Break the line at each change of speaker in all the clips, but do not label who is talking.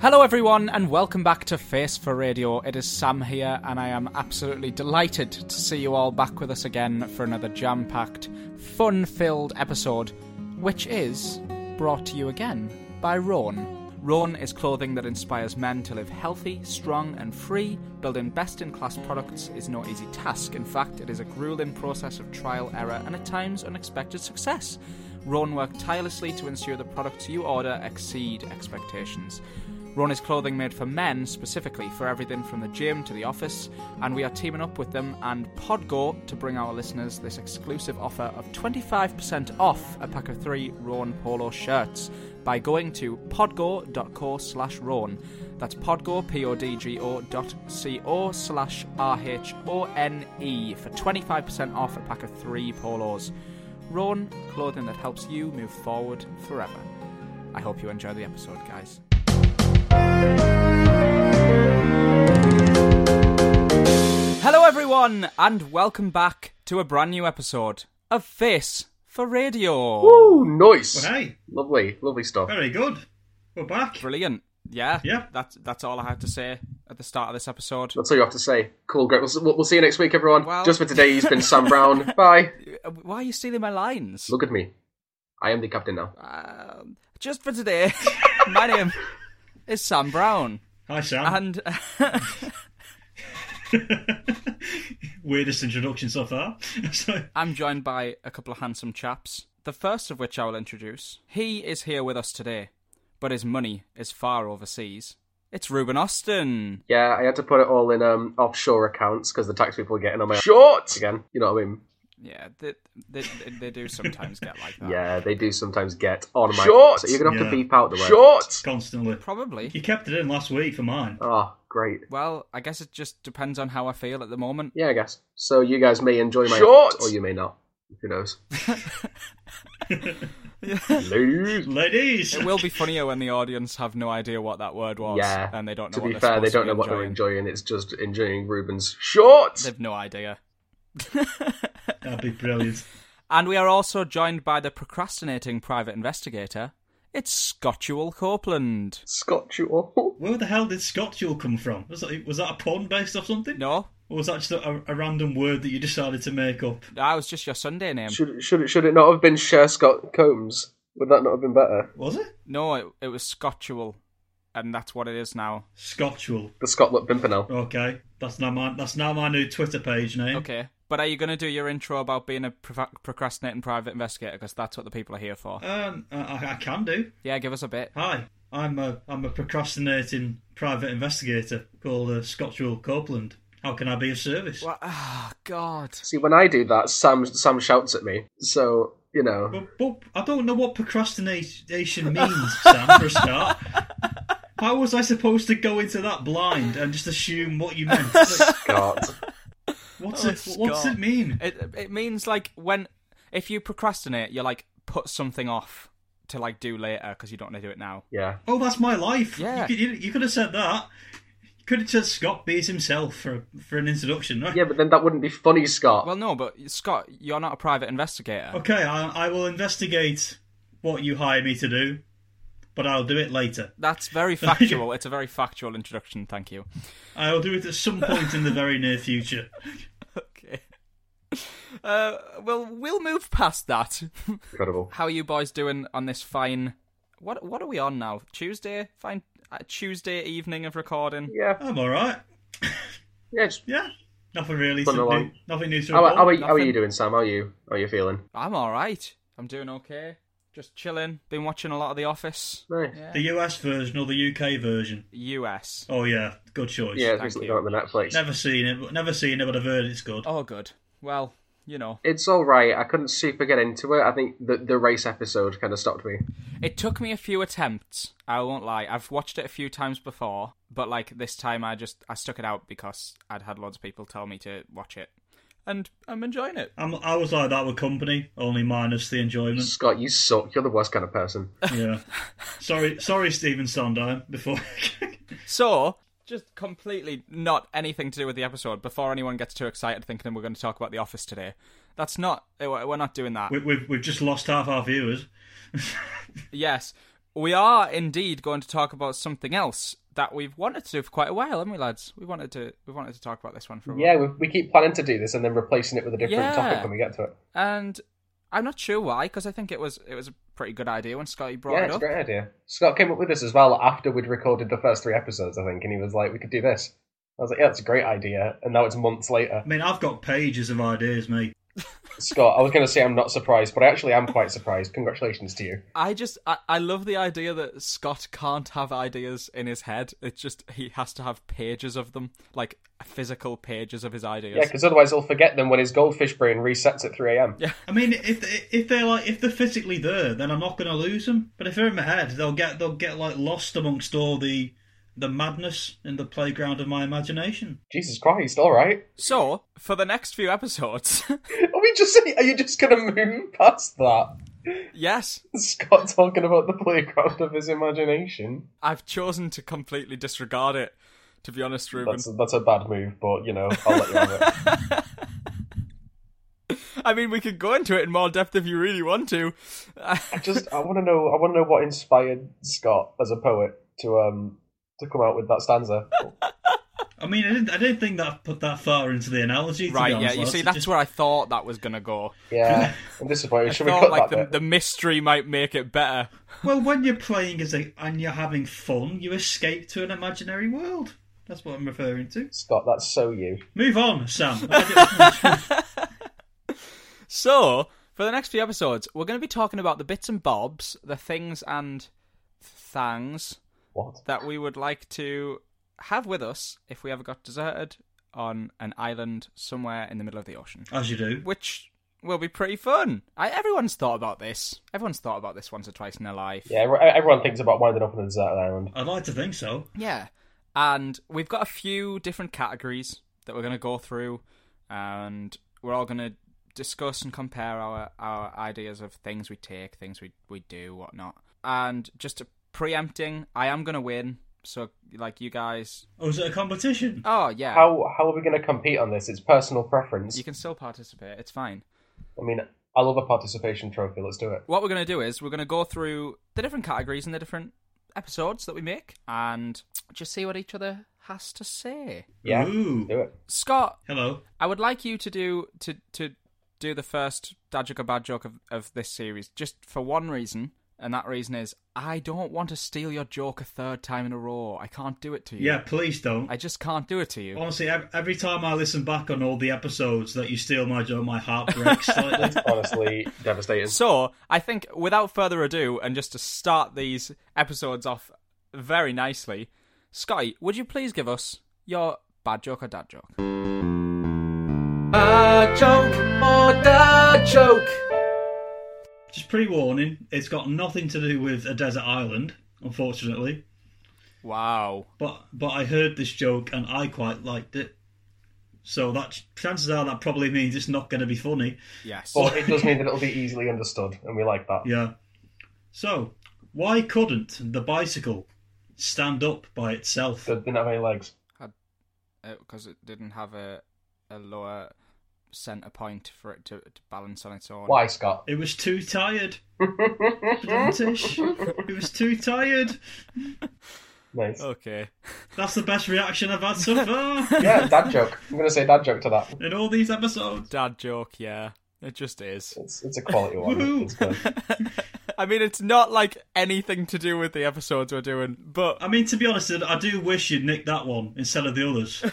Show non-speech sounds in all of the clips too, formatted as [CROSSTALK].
Hello, everyone, and welcome back to Face for Radio. It is Sam here, and I am absolutely delighted to see you all back with us again for another jam packed, fun filled episode, which is brought to you again by Roan. Roan is clothing that inspires men to live healthy, strong, and free. Building best in class products is no easy task. In fact, it is a grueling process of trial, error, and at times unexpected success. Roan work tirelessly to ensure the products you order exceed expectations. Roan is clothing made for men specifically for everything from the gym to the office, and we are teaming up with them and Podgo to bring our listeners this exclusive offer of 25% off a pack of three Roan Polo shirts by going to podgo.co slash Roan. That's podgo, P-O-D-G-O dot C-O slash R-H-O-N-E E for 25% off a pack of three polos. Roan, clothing that helps you move forward forever. I hope you enjoy the episode, guys. Hello, everyone, and welcome back to a brand new episode of Face for Radio.
Woo, nice.
Hey,
Lovely, lovely stuff.
very good. We're back.
Brilliant. Yeah.
Yeah.
That's that's all I have to say at the start of this episode.
That's all you have to say. Cool, great. We'll, s- we'll we'll see you next week, everyone.
Well-
Just for today, he's been Sam Brown. Bye.
Uh, Why are you stealing my lines?
Look at me. I am the captain now.
Um, just for today, [LAUGHS] my name is Sam Brown,
Hi, Sam.
and [LAUGHS]
[LAUGHS] Weirdest introduction so far. [LAUGHS] so,
I'm joined by a couple of handsome chaps. The first of which I will introduce. He is here with us today, but his money is far overseas. It's Ruben Austin.
Yeah, I had to put it all in um, offshore accounts because the tax people are getting on my shorts again. You know what I mean?
Yeah, they, they, they- they do sometimes get like that.
[LAUGHS] Yeah, they do sometimes get on my shorts. So you're gonna have to
Yeah.
beep out the word shorts.
constantly.
Probably.
You kept it in last week for mine.
Oh, great.
Well, I guess it just depends on how I feel at the moment.
Yeah, I guess. So you guys may enjoy my shorts, or you may not. Who knows? Ladies.
Ladies!
It will be funnier when the audience have no idea what that word was,
Yeah.
and they don't know.
To
what
be
they're
fair, they
supposed to
don't
be
know what they're
enjoying.
enjoying. It's just enjoying Ruben's shorts.
They've no idea. [LAUGHS]
That'd be brilliant.
And we are also joined by the procrastinating private investigator. It's Scottual Copeland.
Scotch you all.
Where the hell did Scotchule come from? Was that, was that a pun based off something?
No,
Or was that just a, a random word that you decided to make up?
that was just your Sunday name.
Should should it should it not have been Cher Scott Combs? Would that not have been better?
Was it?
No, it, it was Scottual, and that's what it is now.
Scotchule.
The Scotland Pimpernel.
Okay. That's now my that's now my new Twitter page name.
Okay, but are you going to do your intro about being a pro- procrastinating private investigator? Because that's what the people are here for.
Um, I, I- I can do.
Yeah, give us a bit.
Hi, I'm a I'm a procrastinating private investigator called uh, Scotchwell Copeland. How can I be of service?
What? Oh, God.
See, when I do that, Sam Sam shouts at me. So you know,
But, but I don't know
[LAUGHS]
what procrastination means, Sam. For a start, how was I supposed to go into that blind and just assume what you meant?
[LAUGHS]
Like,
God,
what's
Oh,
it? What's
Scott.
it mean?
It it means like when if you procrastinate, you like put something off to like do later because you don't want to do it now.
yeah.
Oh, that's my life.
Yeah.
You could, you, you could have said that. You could have said Scott bees himself for for an introduction. Right?
Yeah, but then that wouldn't be funny, Scott.
Well, no, but Scott, you're not a private investigator.
Okay, I, I will investigate what you hire me to do, but I'll do it later.
That's very factual. it's a very factual introduction. Thank you. [LAUGHS]
I'll do it at some point in the very near future.
Okay. Uh, well, we'll move past that.
Incredible.
How are you boys doing on this fine? What what are we on now? Tuesday, fine. Uh, Tuesday evening of recording.
Yeah,
I'm all right.
yeah. Just,
Yeah, nothing really. To
Something
do,
along-
nothing new to
how,
report.
how, are, how are
nothing.
you doing, Sam? How are you? How are you feeling?
I'm all right. I'm doing okay. Just chilling. Been watching a lot of The Office.
Nice.
The US version or the UK version?
U.S.
Oh yeah, good choice.
Yeah, it's
Thank
recently
you.
gone on the Netflix.
Never seen it, but never seen it, but I've heard it's good.
Oh, good. Well, you know,
It's all right. I couldn't super get into it. I think the the race episode kind of stopped me.
it took me a few attempts. I won't lie. I've watched it a few times before, but like this time, I just I stuck it out because I'd had loads of people tell me to watch it, and I'm enjoying it.
I'm, I was like that with company, only minus the
[LAUGHS]
enjoyment.
Scott, you suck. You're the worst kind
[LAUGHS]
of person.
Yeah. sorry, sorry, Stephen Sondheim. Before [LAUGHS]
So, just completely not anything to do with the episode. Before anyone gets too excited thinking we're going to talk about The Office today, that's eh, not. We're not doing that.
we, we've we've just lost half our viewers.
Yes. We are indeed going to talk about something else that we've wanted to do for quite a while, haven't we, lads? We wanted to we wanted to talk about this one for a while.
Yeah, we, we keep planning to do this and then replacing it with a different
Yeah.
topic when we get to it.
And I'm not sure why, because I think it was it was a pretty good idea when Scotty brought
yeah,
it
it's
up.
a great idea. Scott came up with this as well after we'd recorded the first three episodes, I think, and he was like, "We could do this." I was like, "Yeah, that's a great idea." And now it's months later.
I mean, I've got pages of ideas, mate.
Scott, I was going to say I'm not surprised, but I actually am quite surprised. Congratulations to you.
I just I, I love the idea that Scott can't have ideas in his head. It's just he has to have pages of them, like physical pages of his
Yeah,
ideas.
because otherwise he'll forget them when his goldfish brain resets at 3 a.m.
I mean, if if they're like if they're physically there, then I'm not going to lose them. But if they're in my head, they'll get they'll get like lost amongst all the the madness in the playground of my imagination.
Jesus Christ! All right. [LAUGHS]
so for the next few episodes, [LAUGHS]
Are we just? Are you just going to move past that?
yes,
Scott talking about the playground of his imagination.
I've chosen to completely disregard it. To be honest, Ruben,
That's that's a bad move, but you know I'll let you have it.
[LAUGHS] I mean we could go into it in more depth if you really want to.
I just I want to know I want to know what inspired Scott as a poet to um to come out with that stanza.
I mean, I didn't I didn't think that I put that far into the analogy. to be
right, yeah,
honest,
you
lads.
see,
It
that's
just-
where I thought that was gonna go.
Yeah, I'm disappointed. Should we
thought
cut
like
that?
the,
bit?
the mystery might make it better.
Well, when you're playing as a and you're having fun, you escape to an imaginary world. That's what I'm referring to.
Scott, that's so you.
Move on, Sam. I don't-
So, for the next few episodes, we're going to be talking about the bits and bobs, the things and thangs
What?
that we would like to have with us if we ever got deserted on an island somewhere in the middle of the ocean,
As you do.
which will be pretty fun. I, everyone's thought about this. Everyone's thought about this once or twice in their life.
Yeah, every- everyone thinks about winding up on a deserted island.
I'd like to think so.
Yeah. And we've got a few different categories that we're going to go through, and we're all going to discuss and compare our, our ideas of things we take, things we, we do, whatnot. And just to preempting, I am going to win. So, like, you guys.
Oh, is it a competition?
Oh, yeah.
How how are we going to compete on this? It's personal preference.
You can still participate. It's fine.
I mean, I love a participation trophy. Let's do it.
What we're going to do is we're going to go through the different categories and the different episodes that we make and just see what each other has to say.
Yeah,
Ooh.
do it.
Scott,
Hello.
I would like you to do to to do the first dad joke or bad joke of, of this series, just for one reason, and that reason is I don't want to steal your joke a third time in a row. I can't do it to you.
Yeah, Oh. please don't.
I just can't do it to you.
Honestly, ev- every time I listen back on all the episodes that you steal my joke, my heart breaks slightly.
Honestly, [LAUGHS] devastating.
So I think without further ado, and just to start these episodes off very nicely, Scotty, would you please give us your bad joke or dad joke? Bad joke or dad joke?
Just pre-warning, it's got nothing to do with a desert island, unfortunately.
Wow.
But but I heard this joke and I quite liked it. So that chances are that probably means it's not going to be funny.
Yes.
But it does mean that it'll be easily understood, and we like that.
Yeah. So why couldn't the bicycle stand up by itself?
They didn't have any legs.
because uh, it didn't have a a lower center point for it to, to balance on its own.
Why, Scott?
It was too tired. British. It was too tired.
Nice.
Okay.
That's the best reaction I've had so far
Yeah, dad joke. I'm going to say dad joke to that.
in all these episodes.
Dad joke, yeah. It just is.
It's, it's a quality one.
Woohoo.
It's good.
I mean, it's not like anything to do with the episodes we're doing, but
I mean, to be honest, I do wish you'd nicked that one instead of the others.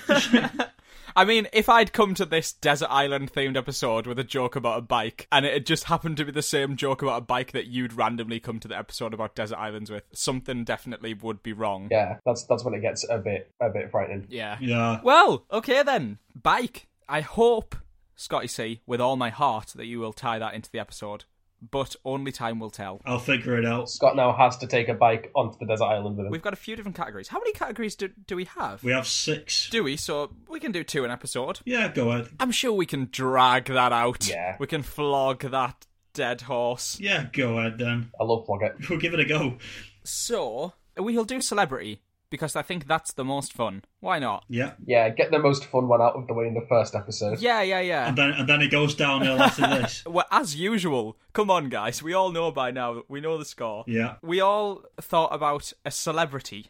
I mean, if I'd come to this desert island themed episode with a joke about a bike, and it had just happened to be the same joke about a bike that you'd randomly come to the episode about desert islands with, something definitely would be wrong.
Yeah, that's that's when it gets a bit a bit frightening.
Yeah.
yeah.
Well, okay then. Bike. I hope, Scotty C, with all my heart, that you will tie that into the episode. But only time will tell.
I'll figure it out.
Scott now has to take a bike onto the desert island with him.
We've got a few different categories. How many categories do, do we have?
We have six.
do we? So we can do two an episode.
Yeah, go ahead.
I'm sure we can drag that out.
Yeah.
We can flog that dead horse.
Yeah, go ahead then. [LAUGHS]
I love Floggett.
We'll give it a go.
So we'll do celebrity because I think that's the most fun. Why not?
Yeah.
Yeah, get the most fun one out of the way in the first episode.
Yeah, yeah, yeah.
And then and then it goes downhill after this.
Well, as usual, come on, guys. We all know by now. We know the score.
Yeah.
We all thought about a celebrity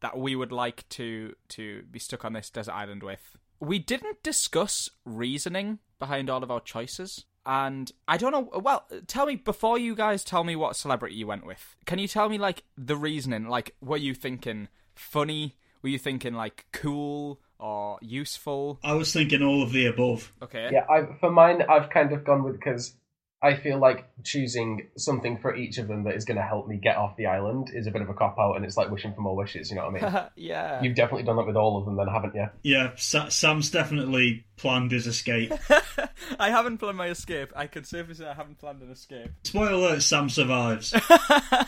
that we would like to to be stuck on this desert island with. We didn't discuss reasoning behind all of our choices, and I don't know. Well, tell me before you guys tell me what celebrity you went with. Can you tell me like the reasoning? Like, were you thinking funny? Were you thinking like cool or useful?
I was thinking all of the above.
Okay.
Yeah, I, for mine, I've kind of gone with because I feel like choosing something for each of them that is going to help me get off the island is a bit of a cop out, and it's like wishing for more wishes. You know what
[LAUGHS]
I mean?
yeah.
You've definitely done that with all of them, then, haven't you?
Yeah, Sa- Sam's definitely planned his escape.
I haven't planned my escape. I can safely say I haven't planned an escape.
Spoiler alert, Sam survives.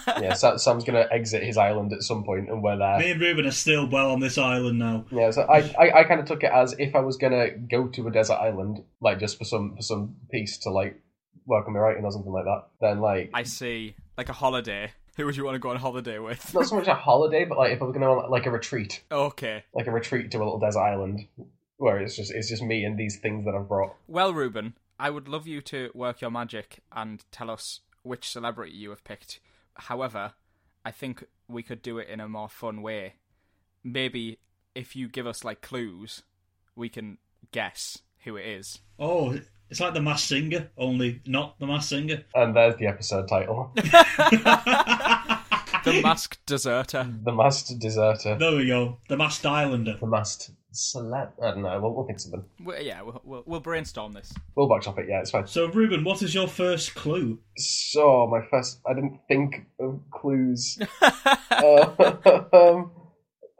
Yeah, Sa- Sam's going to exit his island at some point, and we're there.
Me and Ruben are still well on this island now.
Yeah, so I, I, I kind of took it as if I was gonna go to a desert island, like just for some for some peace to like welcome me right in or something like that. Then like
I see. Like a holiday. [LAUGHS] Who would you want to go on holiday with? [LAUGHS]
not so much a holiday, but like if I was gonna go on, like a retreat,
okay.
like a retreat to a little desert island where it's just it's just me and these things that I've brought.
Well, Ruben, I would love you to work your magic and tell us which celebrity you have picked. However, I think we could do it in a more fun way. Maybe if you give us like clues, we can guess who it is.
Oh, it's like the mass singer, only not the mass singer.
And there's the episode title,
[LAUGHS] The masked deserter.
the masked
[LAUGHS]
deserter,
There we go. The masked islander.
the masked celeb. I don't know. We'll, we'll think of something.
we yeah, we'll, we'll, we'll brainstorm this.
We'll backshop it. Yeah, it's fine.
So Ruben, what is your first clue?
So my first, I didn't think of
[LAUGHS]
clues. [LAUGHS] um,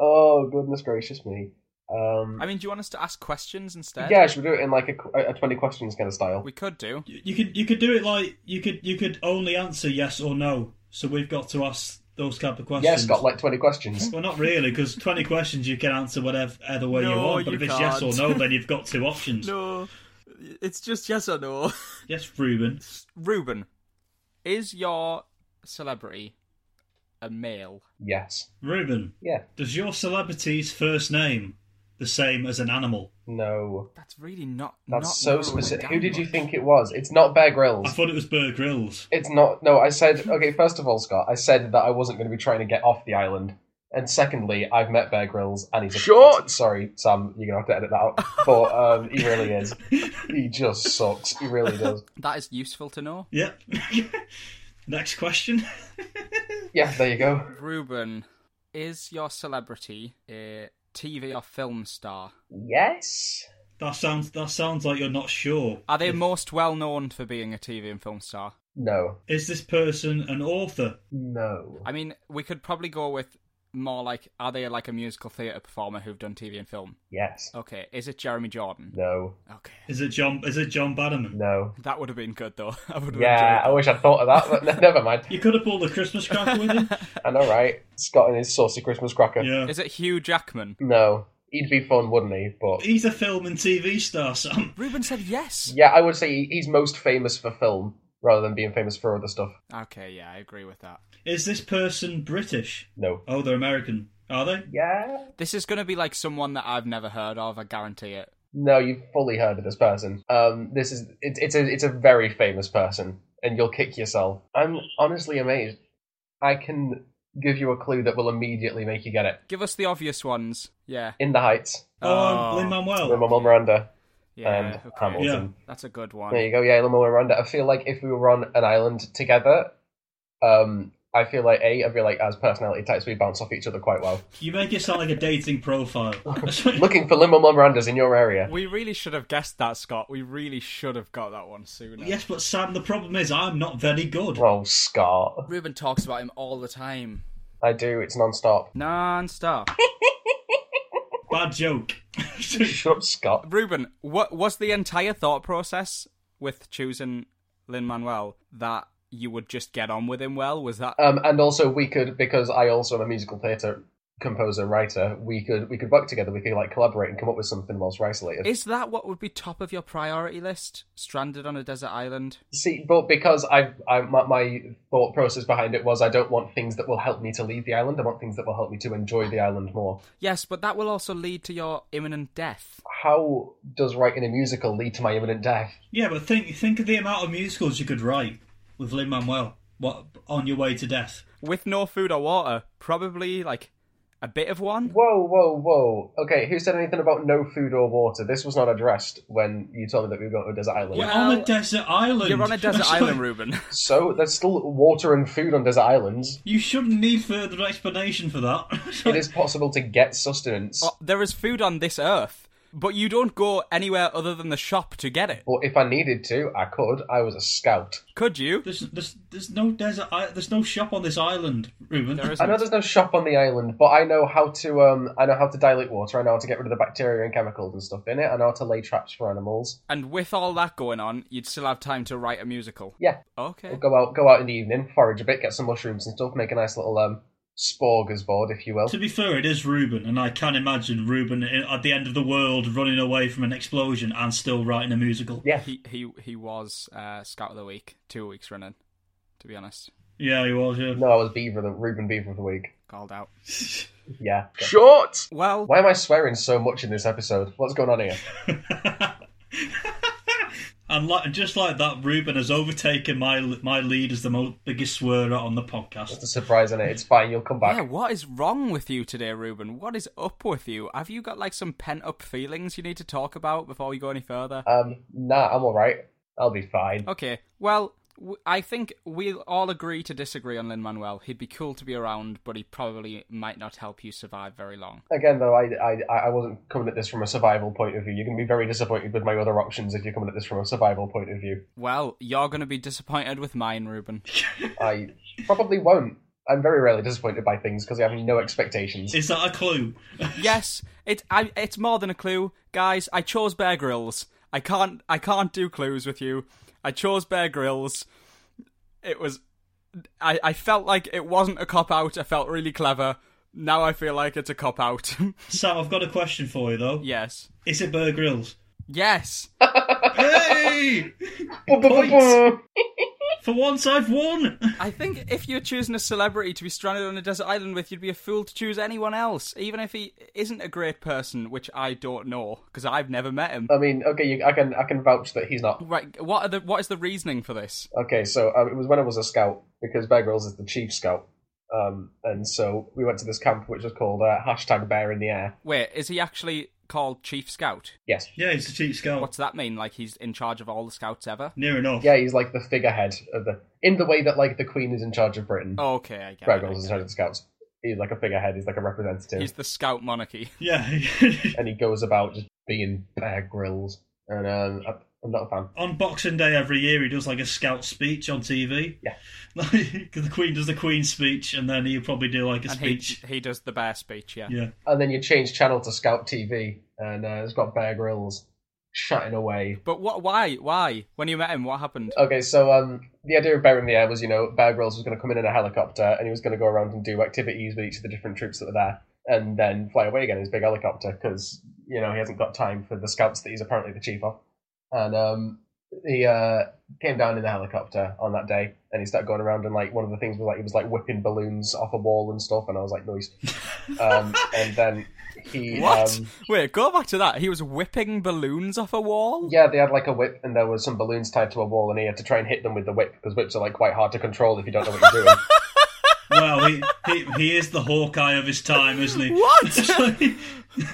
oh goodness gracious me! Um,
I mean, do you want us to ask questions instead?
yeah, should we do it in like a qu- a, twenty questions kind of style?
We could do.
You, you could you could do it like you could you could only answer yes or no. So we've got to ask those type of questions.
yeah, it's got like twenty questions.
Well, not really, because twenty questions you can answer whatever either way you
No,
want. But
you
if it's yes or
can't.
no, then you've got two
[LAUGHS]
options.
No, it's just yes or no. [LAUGHS]
Yes, Ruben.
Ruben, is your celebrity a male?
yes.
Ruben,
Yeah.
does your celebrity's first name the same as an animal?
No.
That's really not.
That's
not
so
narrowing
specific.
down
Who did you
much.
think it was? It's not Bear
I
Grylls.
thought it was Bear Grylls.
It's not. No, I said. Okay, first of all, Scott, I said that I wasn't going to be trying to get off the island. And secondly, I've met Bear Grylls, and he's a short. [LAUGHS] Sorry, Sam, you're gonna have to edit that out. But um, he really is. He just sucks. He really does.
That is useful to know.
Yep. [LAUGHS] Next question. [LAUGHS]
Yeah, there you go.
Ruben, is your celebrity a TV or film star?
Yes.
That sounds that sounds like you're not sure.
Are they most well known for being a TV and film star?
No.
Is this person an author?
No.
I mean, we could probably go with more like, are they like a musical theatre performer who've done TV and film?
Yes.
Okay, is it Jeremy Jordan?
No.
Okay.
Is it John? Is it John Bannerman?
No.
That would have been good though. [LAUGHS] I would have
Yeah, I
enjoyed
wish I'd thought of that, but [LAUGHS] ne- never mind.
You could have pulled the
[LAUGHS]
Christmas cracker with him.
I know, right? Scott and his saucy Christmas cracker.
that.
Yeah.
Is it Hugh Jackman?
No. He'd be fun, wouldn't he? But
He's a film and TV star, Sam.
Ruben said yes.
yeah, I would say he- he's most famous for film rather than being famous for other stuff.
Okay, yeah, I agree with that.
Is this person British?
No.
Oh, they're American. Are they?
Yeah.
This is going to be like someone that I've never heard of. I guarantee it.
No, you've fully heard of this person. Um, this is it, it's a it's a very famous person, and you'll kick yourself. I'm honestly amazed. I can give you a clue that will immediately make you get it.
Give us the obvious ones. Yeah.
In the Heights,
Oh,
Oh.
Lin
with
Manuel.
my mum Miranda.
Yeah.
and
okay.
Hamilton.
Yeah.
That's a good
Um, There
one.
you go. Yeah, Limo and Miranda. I feel like if we were on an island together, um, I feel like a, I feel like as personality types, we bounce off each other
[LAUGHS]
quite well.
You make it sound like a dating [LAUGHS] profile.
Looking for Limo and Mirandas in your area.
We really should have guessed that, Scott. We really should have got that one sooner.
yes, but Sam, the problem is I'm not very good.
Oh, Scott,
Ruben talks about him all the time.
I do. It's non-stop. [LAUGHS]
Non-stop. [LAUGHS]
Bad joke. [LAUGHS]
Shut up, Scott.
Ruben, what was the entire thought process with choosing Lin Manuel that
Uh,
you would just get on with him well? Was that
Um, and also we could because I also am a musical theatre composer writer, we could we could work together. We could like collaborate and come up with something whilst we're isolated.
Is that what would be top of your priority list? Stranded on a desert island?
See, but because I, I my, my thought process behind it was I don't want things that will help me to leave the island. I want things that will help me to enjoy the island more.
Yes, but that will also lead to your imminent death.
How does writing a musical lead to my imminent death?
Yeah, but think think of the amount of musicals you could write with Lin Manuel. What on your way to death?
With no food or water, probably like a bit of one.
Whoa, whoa, whoa. Okay, who said anything about no food or water? This was not addressed when you told me that we were going to a desert island.
We're
Well,
on a desert island.
You're on a desert
[LAUGHS] That's why-
island, Ruben.
So there's still water and food on desert islands.
You shouldn't need further explanation for that. [LAUGHS]
It is possible to get sustenance.
Uh, there is food on this earth, but you don't go anywhere other than the shop to get it.
But if I needed to, I could. I was a scout.
Could you?
There's, there's, there's no desert. i- There's no shop on this island, Ruben.
There
I know
isn't.
there's no shop on the island, but I know how to um I know how to dilute water, I know how to get rid of the bacteria and chemicals and stuff in it, I know how to lay traps for animals.
And with all that going on, you'd still have time to write a musical.
Yeah.
Okay.
We'll go out go out in the evening, forage a bit, get some mushrooms and stuff, make a nice little um sporgers board, if you will.
[LAUGHS] To be fair, it is Ruben, and I can imagine Ruben i- at the end of the world running away from an explosion and still writing a musical.
Yeah.
He he he was uh, scout of the week two weeks running. To be honest,
Yeah, he was. Yeah.
No, I was Beaver the Reuben Beaver of the Week.
called out.
Yeah.
Short.
Well,
Why am I swearing so much in this episode? What's going on here?
And like, just like that, Ruben has overtaken my my lead as the most biggest swearer on the
It's
podcast.
a surprise, innit? It's fine, you'll come back.
yeah. What is wrong with you today, Ruben? What is up with you? Have you got like some pent up feelings you need to talk about before we go any further?
Um, nah, I'm alright. I'll be fine.
Okay. Well, w- I think we'll all agree to disagree on Lin Manuel. He'd be cool to be around, but he probably might not help you survive very long.
Again, though, I, I I wasn't coming at this from a survival point of view. You're going to be very disappointed with my other options if you're coming at this from a survival point of view.
Well, you're going to be disappointed with mine, Ruben.
I probably won't. I'm very rarely disappointed by things because I have no expectations.
Is that a clue?
yes, it, I, it's more than a clue, guys. I chose Bear Grylls. I can't I can't do clues with you. I chose Bear Grylls. It was I, I felt like it wasn't a cop out. I felt really clever. Now I feel like it's a cop out. [LAUGHS]
Sam, I've got a question for you though.
yes.
Is it Bear Grylls?
Yes.
hey!
Ba-ba-ba-ba.
For once, I've won. [LAUGHS]
I think if you're choosing a celebrity to be stranded on a desert island with, you'd be a fool to choose anyone else, even if he isn't a great person, which I don't know because I've never met him.
[LAUGHS] I mean, okay, you, I can I can vouch that he's not.
Right, what are the what is the reasoning for this?
Okay, so um, it was when I was a scout because Bear Grylls is the chief scout, um, and so we went to this camp which was called uh, hashtag Bear in the Air.
Wait, is he actually called Chief Scout?
Yes,
yeah, he's a cheap scout.
What's that mean? Like he's in charge of all the scouts ever?
Near enough.
yeah, he's like the figurehead of the in the way that like the Queen is in charge of Britain.
Oh, okay, I get
Bear
it.
Grylls is in charge of the scouts. He's like a figurehead. He's like a representative,
He's the scout monarchy.
Yeah. [LAUGHS]
and he goes about just being Bear Grylls. And um, I- I'm not a fan.
on Boxing Day every year, he does like a scout speech on TV.
Yeah.
[LAUGHS] Like, 'cause the Queen does the Queen's speech, and then he'll probably do like a
And he, [LAUGHS]
speech.
he does the bear speech, yeah.
Yeah.
and then you change channel to Scout TV, and uh, it's got Bear Grylls shouting away.
But what? Why? Why? When you met him, what happened?
Okay, so um, the idea of Bear in the Air was, you know, Bear Grylls was going to come in in a helicopter, and he was going to go around and do activities with each of the different troops that were there, and then fly away again in his big helicopter because you know he hasn't got time for the scouts that he's apparently the chief of. And um, he uh, came down in the helicopter on that day, and he started going around, and like one of the things was like he was like whipping balloons off a wall and stuff, and I was like,
[LAUGHS]
nice. um, and then he
What?
Um,
Wait, go back to that. He was whipping balloons off a
[LAUGHS]
wall.
Yeah, they had like a whip, and there was some balloons tied to a wall, and he had to try and hit them with the whip because whips are like quite hard to control if you don't know what you're doing.
Well, he, he he is the Hawkeye of his time, isn't he? [LAUGHS]
What?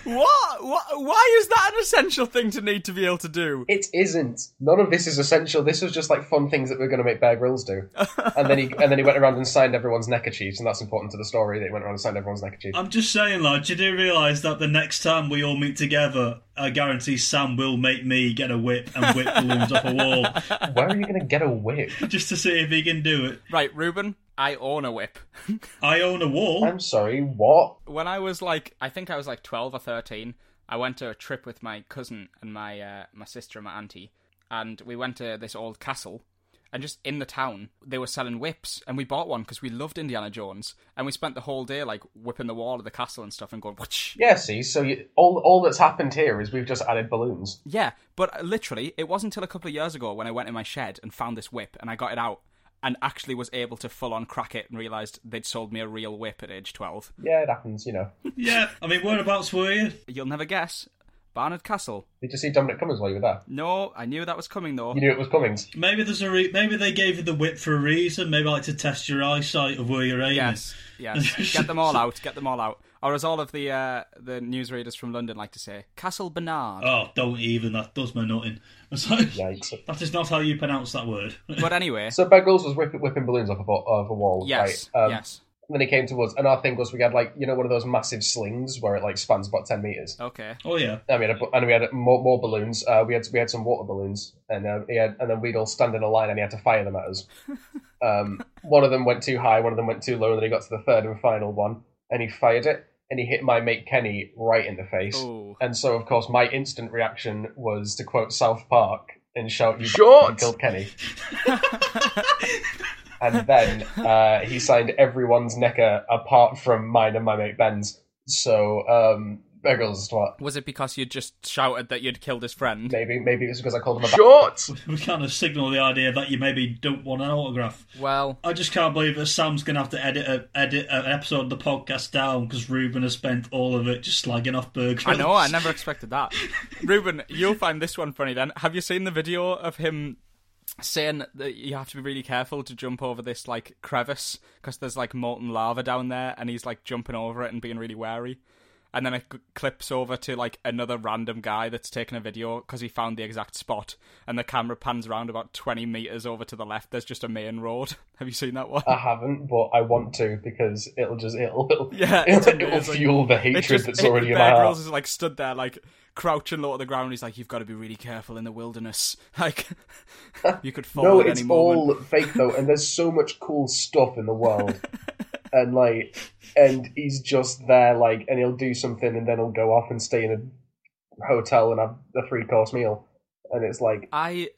What? what? Why is that an essential thing to need to be able to do?
it isn't. None of this is essential. This was just like fun things that we are going to make Bear Grylls do. And then he and then he went around and signed everyone's neckerchiefs, and that's important to the story that he went around and signed everyone's neckerchiefs.
[LAUGHS] I'm just saying, lad. You do realise that the next time we all meet together, I guarantee Sam will make me get a whip
[LAUGHS]
and whip balloons off a wall [LAUGHS]
Where are you going to get a whip?
just to see if he can do it.
Right, Ruben, I own a whip. [LAUGHS]
I own a wall.
Um,
I'm sorry, what?
when I was like, I think I was like 12 or 13, I went to a trip with my cousin and my uh, my sister and my auntie, and we went to this old castle, and just in the town they were selling whips, and we bought one because we loved Indiana Jones, and we spent the whole day like whipping the wall of the castle and stuff, and going, Whoosh.
Yeah, see, so you, all all that's happened here is we've just added balloons.
yeah. But uh, literally, it wasn't until a couple of years ago when I went in my shed and found this whip, and I got it out. And actually was able to full on crack it and realised they'd sold me a real whip at age 12.
Yeah, it happens, you know.
Yeah, I mean, whereabouts were you?
You'll never guess. Barnard Castle.
Did you see Dominic Cummings while you were there?
No, I knew that was coming though.
You knew it was Cummings.
Maybe there's a re- maybe they gave you the whip for a reason. Maybe like to test your eyesight of where you're aiming.
Yes, yes. get them
[LAUGHS]
all out. Get them all out. Or as all of the uh, the newsreaders from London like to say, Castle Bernard.
Uh,
Oh, don't even. That does my nutting. [LAUGHS] It's like,
Yikes.
That is not how you pronounce that word. [LAUGHS]
But anyway,
So Bagels was whipping, whipping balloons off a, bo- off a wall.
yes,
right? Um,
yes.
And then he came towards, and our thing was we had like you know one of those massive slings where it like spans about ten meters.
Okay.
oh yeah. [LAUGHS]
And we had a, bu- and we had more, more balloons. Uh, we had we had some water balloons, and uh, he had, and then we'd all stand in a line, and he had to fire them at us. Um, one of them went too high, one of them went too low, and then he got to the third and final one, and he fired it, and he hit my mate Kenny right in the face.
Oh,
And so, of course, my instant reaction was to quote South Park and shout, "You Short! killed Kenny." and then uh, he signed everyone's necker apart from mine and my mate Ben's. So, um, Beggar's twat.
was it because you just shouted that you'd killed his friend?
Maybe, maybe it was because I called him a short.
We kind of signal the idea that you maybe don't want an autograph.
Well,
I just can't believe that Sam's going to have to edit a, edit an episode of the podcast down because Ruben has spent all of it just slagging off Berg.
I know. I never expected that. Ruben, you'll find this one funny. Then, have you seen the video of him? Saying that you have to be really careful to jump over this like crevice because there's like molten lava down there, and he's like jumping over it and being really wary. And then it cl- clips over to like another random guy that's taking a video because he found the exact spot, and the camera pans around about 20 meters over to the left. There's just a main road. [LAUGHS] Have you seen that one?
I haven't, but I want to because it'll just it'll it'll,
Yeah, it's
[LAUGHS] it'll, it'll
amazing.
fuel the hatred
It's just-
that's already in my
Bear
heart.
Grylls is like stood there, like crouching low to the ground. And he's like, "You've got to be really careful in the wilderness. [LAUGHS] Like, you could fall
No,
at
it's
any moment."
all fake though, and there's so much cool stuff in the world,
[LAUGHS]
and like, and he's just there, like, and he'll do something, and then he'll go off and stay in a hotel and have a three course meal, and it's like,
I,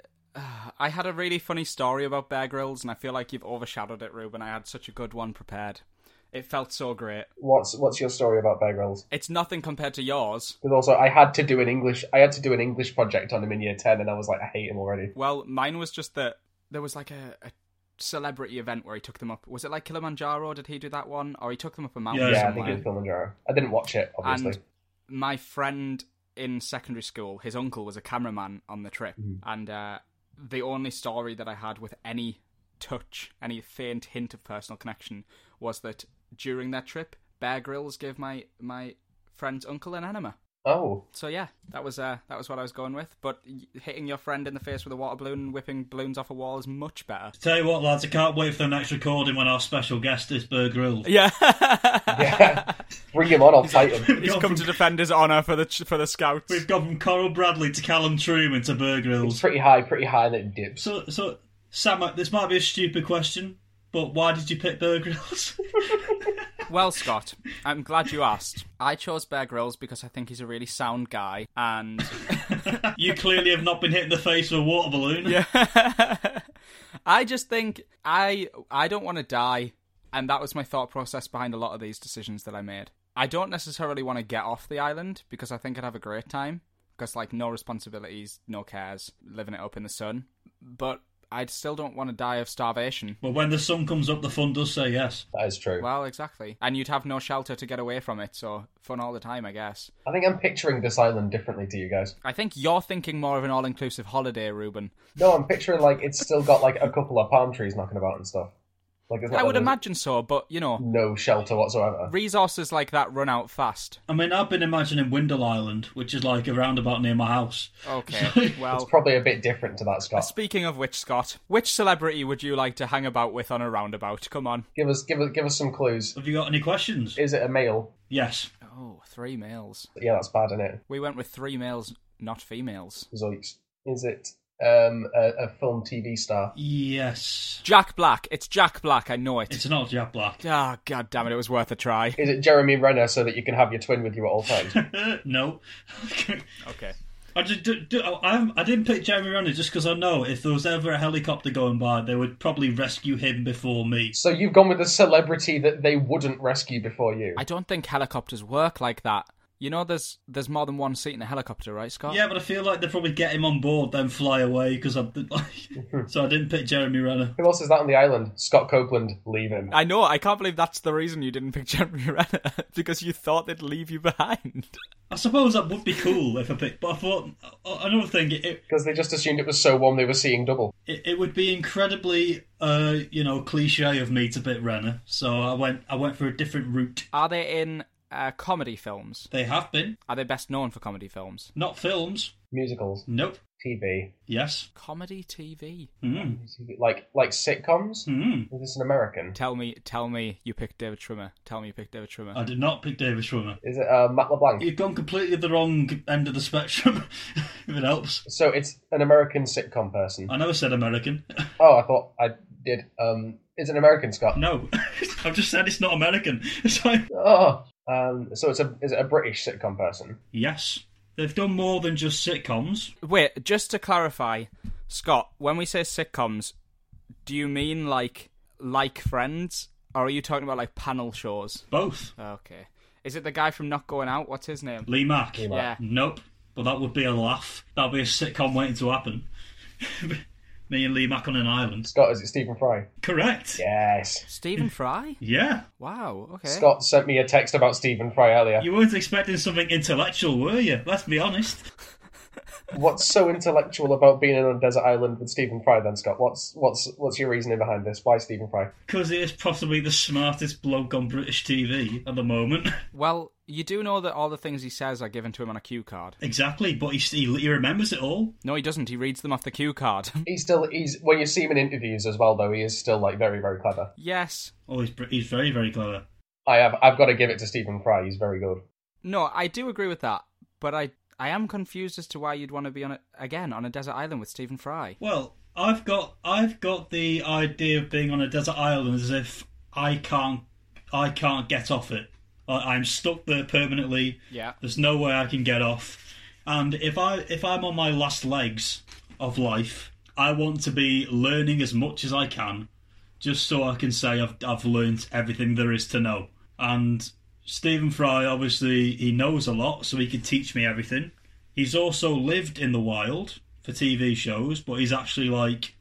I had a really funny story about Bear Grylls, and I feel like you've overshadowed it, Ruben. I had such a good one prepared. It felt so great.
what's what's your story about Bear Grylls?
It's nothing compared to yours.
Because also, I had to do an English, I had to do an English project on him in year ten, and I was like, I hate him already.
Well, mine was just that there was like a. a Celebrity event where he took them up. Was it like Kilimanjaro? Did he do that one, or he took them up a mountain?
Yeah,
Yeah, I
somewhere?
think it was Kilimanjaro. I didn't watch it, obviously.
And my friend in secondary school, his uncle was a cameraman on the trip,
Mm.
and uh, the only story that I had with any touch, any faint hint of personal connection, was that during that trip, Bear Grylls gave my my friend's uncle an enema. [LAUGHS]
Oh,
So yeah, that was uh, that was what I was going with. But y- hitting your friend in the face with a water balloon, and whipping balloons off a wall is much better.
[LAUGHS] Tell you what, lads, I can't wait for the next recording when our special guest is Berg Grill. [LAUGHS]
Yeah, [LAUGHS]
yeah, bring him on, I'll fight him.
he's come to defend his honor for the ch- for the scouts.
[LAUGHS] We've gone from Coral Bradley to Callum Truman to Berg Grylls.
Pretty high, pretty high, and it dips.
So, so Sam, this might be a stupid question, but why did you pick Bear [LAUGHS] Grylls?
Well, Scott, I'm glad you asked. I chose Bear Grylls because I think he's a really sound guy, and
you clearly have not been hit in the face with a water balloon.
I just think I I don't want to die, and that was my thought process behind a lot of these decisions that I made. I don't necessarily want to get off the island because I think I'd have a great time because like no responsibilities, no cares, living it up in the sun. But I still don't want to die of starvation.
But when the sun comes up, the fun does say yes.
That is true.
Well, exactly. And you'd have no shelter to get away from it, so fun all the time, I guess.
I think I'm picturing this island differently to you guys.
I think you're thinking more of an all-inclusive holiday, Ruben.
No, I'm picturing like it's still got like a couple of palm trees knocking about and stuff. Like it's not
I would
like
imagine so, but you know,
there's no shelter whatsoever.
resources like that run out fast.
I mean, I've been imagining Windle Island, which is like a roundabout near my house.
Okay, well,
[LAUGHS] It's probably a bit different to that, Scott.
speaking of which, Scott, which celebrity would you like to hang about with on a roundabout? Come on.
Give us, give us, give us some clues.
Have you got any questions?
Is it a male?
Yes.
Oh, three males.
Yeah, that's bad, isn't it?
We went with three males, not females.
Zoinks. Is it um, a, a film TV star?
Yes.
Jack Black. It's Jack Black. I know it.
It's not Jack Black. [LAUGHS]
Ah, god damn it! It was worth a try. [LAUGHS]
Is it Jeremy Renner so that you can have your twin with you at all times?
no.
Okay.
[LAUGHS] I just do, do, I, haven't- I didn't pick Jeremy Renner just because I know if there was ever a helicopter going by, they would probably rescue him before me.
So you've gone with a celebrity that they wouldn't rescue before you.
I don't think helicopters work like that. You know, there's there's more than one seat in a helicopter, right, Scott?
Yeah, but I feel like they'd probably get him on board, then fly away because I like, [LAUGHS] so I didn't pick Jeremy Renner.
Who else is that on the island? Scott Copeland. Leave him.
I know. I can't believe that's the reason you didn't pick [LAUGHS] Jeremy Renner because you thought they'd leave you behind.
I suppose that would be cool if I picked, but I thought uh, another thing it
Because they just assumed it was so warm they were seeing double.
it, it would be incredibly uh you know cliche of me to pick Renner, so I went I went for a different route.
[LAUGHS] Are they in uh, comedy films?
They have been
Are they best known for comedy films?
not films.
Musicals,
Nope.
TV,
Yes.
Comedy TV.
Mm.
like like sitcoms.
Mm.
Is this an American?
Tell me, tell me, you picked David Trimmer. Tell me, you picked David Trimmer.
I did not pick David Schwimmer.
Is it uh, Matt LeBlanc?
You've gone completely the wrong end of the spectrum, [LAUGHS] if it helps.
So it's an American sitcom person.
I never said American. [LAUGHS]
Oh, I thought I did. Um, it's an American Scott.
No, [LAUGHS] I've just said it's not American. [LAUGHS] It's like,
Oh, um, so it's a is it a British sitcom person?
yes, they've done more than just sitcoms.
Wait, just to clarify, Scott, when we say sitcoms, do you mean like like Friends, or are you talking about like panel shows?
Both.
Okay. Is it the guy from Not Going Out? What's his name?
Lee Mack.
Yeah.
Nope. But that would be a laugh. That'd be a sitcom waiting to happen. [LAUGHS] Me and Lee Mack on an island.
Scott, is it Stephen Fry?
Correct.
Yes.
Stephen Fry?
Yeah.
Wow. Okay.
Scott sent me a text about Stephen Fry earlier.
You weren't expecting something intellectual, were you? Let's be honest.
What's so intellectual about being on a desert island with Stephen Fry then, Scott? What's what's what's your reasoning behind this? Why Stephen Fry?
Because he is possibly the smartest bloke on British TV at the moment. [LAUGHS]
Well, you do know that all the things he says are given to him on a cue card.
exactly, but he, he, he remembers it all.
No, he doesn't. He reads them off the cue card. [LAUGHS]
He's still he's when you see him in interviews as well though, he is still like very, very clever.
yes.
Oh, he's, br- he's very, very clever.
I have I've got to give it to Stephen Fry, he's very good.
No, I do agree with that, but I I am confused as to why you'd want to be on it again on a desert island with Stephen Fry.
Well, I've got I've got the idea of being on a desert island as if I can't I can't get off it. I- I'm stuck there permanently.
Yeah.
There's no way I can get off. And if I if I'm on my last legs of life, I want to be learning as much as I can, just so I can say I've I've learned everything there is to know. And Stephen Fry obviously he knows a lot, so he can teach me everything. He's also lived in the wild for TV shows, but he's actually like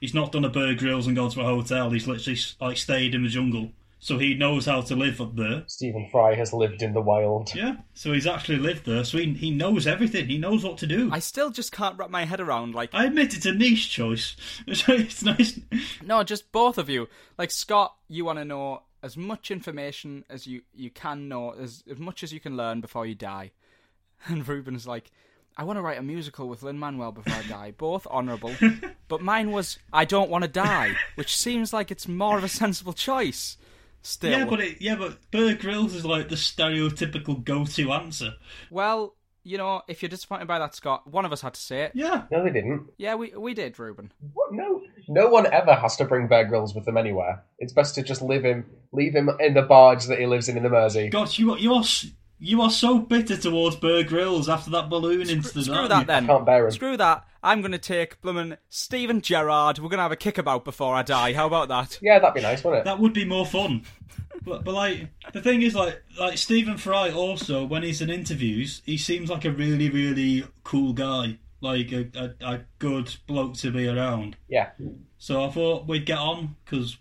he's not done a Bear Grylls and gone to a hotel. He's literally like stayed in the jungle, so he knows how to live up there.
Stephen Fry has lived in the wild.
Yeah, so he's actually lived there, so he, he knows everything. He knows what to do.
I
I,
still just can't wrap my head around like
admit it's a niche choice. [LAUGHS] it's nice.
No, just both of you. Like Scott, you want to know as much information as you you can know, as as much as you can learn before you die. [LAUGHS] And Ruben's like, I want to write a musical with Lin Manuel before
[LAUGHS]
I die. Both honourable, but mine was I don't want to die, which seems like it's more of a sensible choice. Still,
Yeah, but it, yeah, but Bear Grylls is like the stereotypical go-to answer.
well, you know, if you're disappointed by that, Scott, one of us had to say it. Yeah,
Yeah,
No, they didn't.
we we did, Ruben.
What? No, no one ever has to bring Bear Grylls with them anywhere. It's best to just leave him, leave him in the barge that he lives in in the Mersey.
God, you are you are s- you are so bitter towards Bear Grylls after that balloon incident.
Screw
aren't you?
that then.
Can't bear him.
Screw that. I'm going to take Blummin' Stephen Gerrard. We're going to have a kickabout before I die. How about that?
Yeah, that'd be nice, wouldn't it?
That would be more fun. But, but like the thing is like like Stephen Fry also when he's in interviews he seems like a really really cool guy like a, a, a good bloke to be around.
[LAUGHS]
Yeah.
So I thought we'd get on because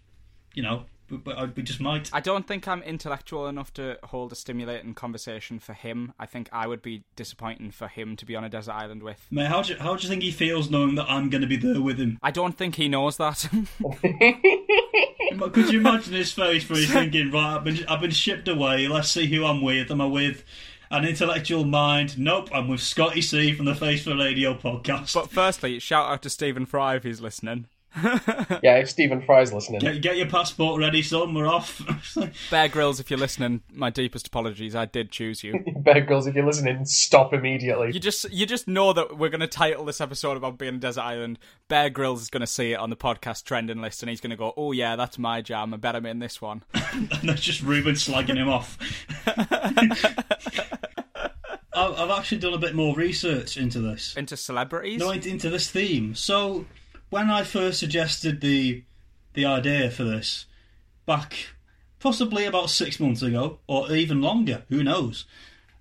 you know we, we- I- we just might.
I don't think I'm intellectual enough to hold a stimulating conversation for him. I think I would be disappointing for him to be on a desert island with.
Mate, how do you, how do you think he feels knowing that I'm going to be there with him?
I don't think he knows that. [LAUGHS]
But Could you imagine his face when he's thinking, right, I've been, I've been shipped away, let's see who I'm with. Am I with an intellectual mind? Nope, I'm with Scotty C from the Face for Radio podcast.
but firstly, shout out to Stephen Fry if he's listening.
Yeah, if Stephen Fry's listening.
Get, get your passport ready, son. We're off. [LAUGHS]
Bear Grylls, if you're listening, my deepest apologies. I did choose you.
[LAUGHS] Bear Grylls, if you're listening, stop immediately.
You just you just know that we're going to title this episode about being a desert island. Bear Grylls is going to see it on the podcast trending list, and he's going to go, "Oh yeah, that's my jam. I bet I'm in this one."
and that's just Ruben slagging him off. I've, I've actually done a bit more research into this.
into celebrities.
No, in- into this theme. So when I first suggested the the idea for this back possibly about six months ago or even longer, who knows?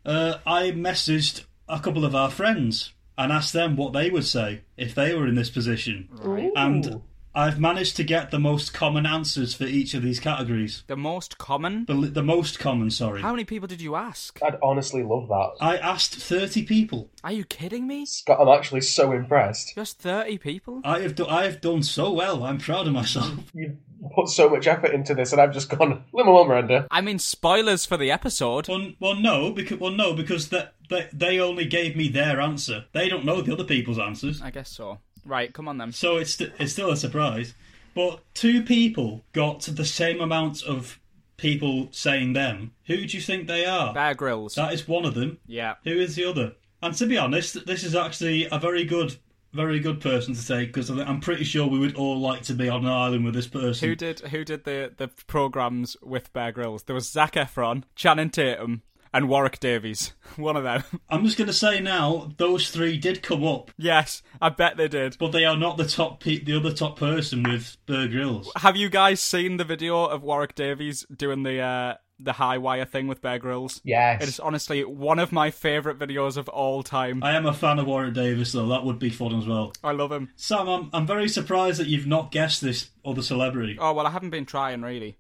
Uh, I messaged a couple of our friends and asked them what they would say if they were in this position, and I've managed to get the most common answers for each of these categories.
the most common.
The, the most common, sorry.
How many people did you ask?
I'd honestly love that.
I asked 30 people.
Are you kidding me?
Scott, I'm actually so impressed.
Just thirty people.
I have, do- I have done so well. I'm proud of myself.
You put so much effort into this, and I've just gone, leave me alone, Miranda.
I mean, spoilers for the episode.
Well, n- well, no, because well, no, because that they, they only gave me their answer. They don't know the other people's answers,
I guess so. Right, come on then.
so it's st- it's still a surprise. But two people got the same amount of people saying them. Who do you think they are?
Bear Grylls.
That is one of them.
yeah.
Who is the other? And to be honest, this is actually a very good, very good person to take because I'm pretty sure we would all like to be on an island with this person.
Who did who did the the programs with Bear Grylls? There was Zac Efron, Channing Tatum, and Warwick Davies. [LAUGHS] One of them.
I'm just going to say now, those three did come up,
yes, I bet they did.
but they are not the top, pe- the other top person with Bear Grylls.
Have you guys seen the video of Warwick Davies doing the uh, the high wire thing with Bear Grylls? It
Yes.
is honestly one of my favorite videos of all time. I,
I am a fan of Warwick Davis, though. That would be fun as well.
love him.
Sam, I'm, I'm very surprised that you've not guessed this other celebrity.
Oh well, I haven't been trying really.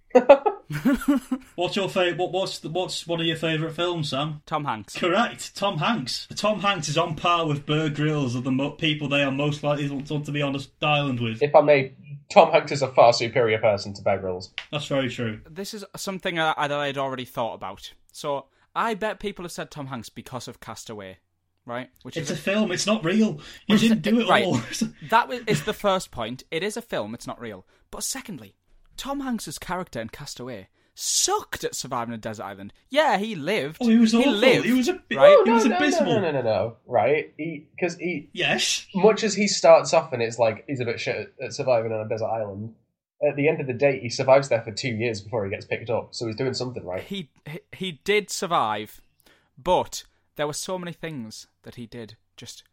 What's your favorite? What, what's the, what's one of your favorite films, Sam?
Tom Hanks.
Correct, Tom Hanks. Tom Hanks is on par with Bear Grylls of the mo- people they are most likely to, to be on this island with.
If I may, Tom Hanks is a far superior person to Bear Grylls.
That's very true.
This is something that I that I'd already thought about. So I bet people have said Tom Hanks because of Castaway, right? Which
It's
is
a film. It's not real. You didn't do it
[LAUGHS] Right.
all. [LAUGHS]
That wa- is the first point. It is a film, it's not real. But secondly, Tom Hanks's character in Castaway sucked at surviving a desert island. Yeah, he lived.
Oh, he was awful.
lived,
He was a bi-
right?
He was
no, no,
abysmal.
no, no, no, no, right? Because he,
yes.
much as he starts off and it's like he's a bit shit at surviving on a desert island. At the end of the day, he survives there for two years before he gets picked up, so he's doing something right.
He, he he did survive, but there were so many things that he did just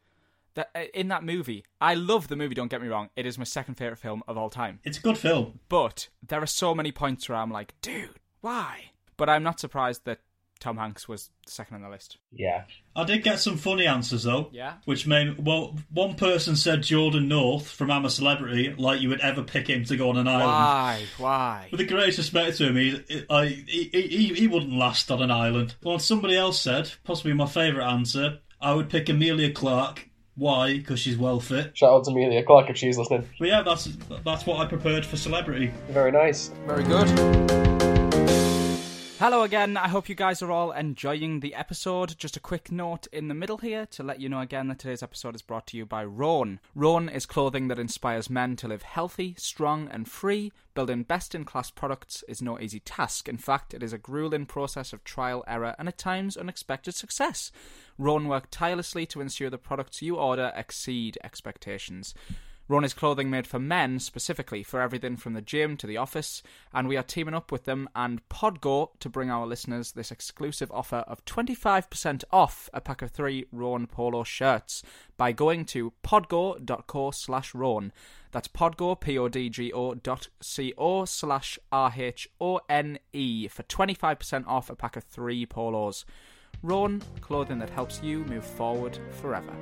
that uh, in that movie. I love the movie. Don't get me wrong; it is my second favorite film of all time.
It's a good film.
But there are so many points where I'm like, dude, why? But I'm not surprised that Tom Hanks was second on the list.
Yeah,
I did get some funny answers though.
Yeah.
Which made well, one person said Jordan North from I'm a Celebrity, like you would ever pick him to go on an island.
Why? Why?
With the greatest respect to him, he, I, he, he, he wouldn't last on an island. Well, somebody else said, possibly my favourite answer, I would pick Amelia Clark. Why? Because she's well fit.
shout out to Amelia Clark if she's listening.
But yeah, that's that's what I prepared for celebrity.
Very nice.
Very good. Hello again. I hope you guys are all enjoying the episode. Just a quick note in the middle here to let you know again that today's episode is brought to you by Roan. Roan is clothing that inspires men to live healthy, strong, and free. Building best in class products is no easy task. In fact, it is a grueling process of trial, error, and at times unexpected success. Roan work tirelessly to ensure the products you order exceed expectations. Ron is clothing made for men specifically, for everything from the gym to the office, and we are teaming up with them and Podgo to bring our listeners this exclusive offer of 25% off a pack of three Ron Polo shirts by going to podgo.co slash Ron. That's podgo, P-O-D-G-O dot C-O slash R-H-O-N-E E for 25% off a pack of three polos. Ron, clothing that helps you move forward forever.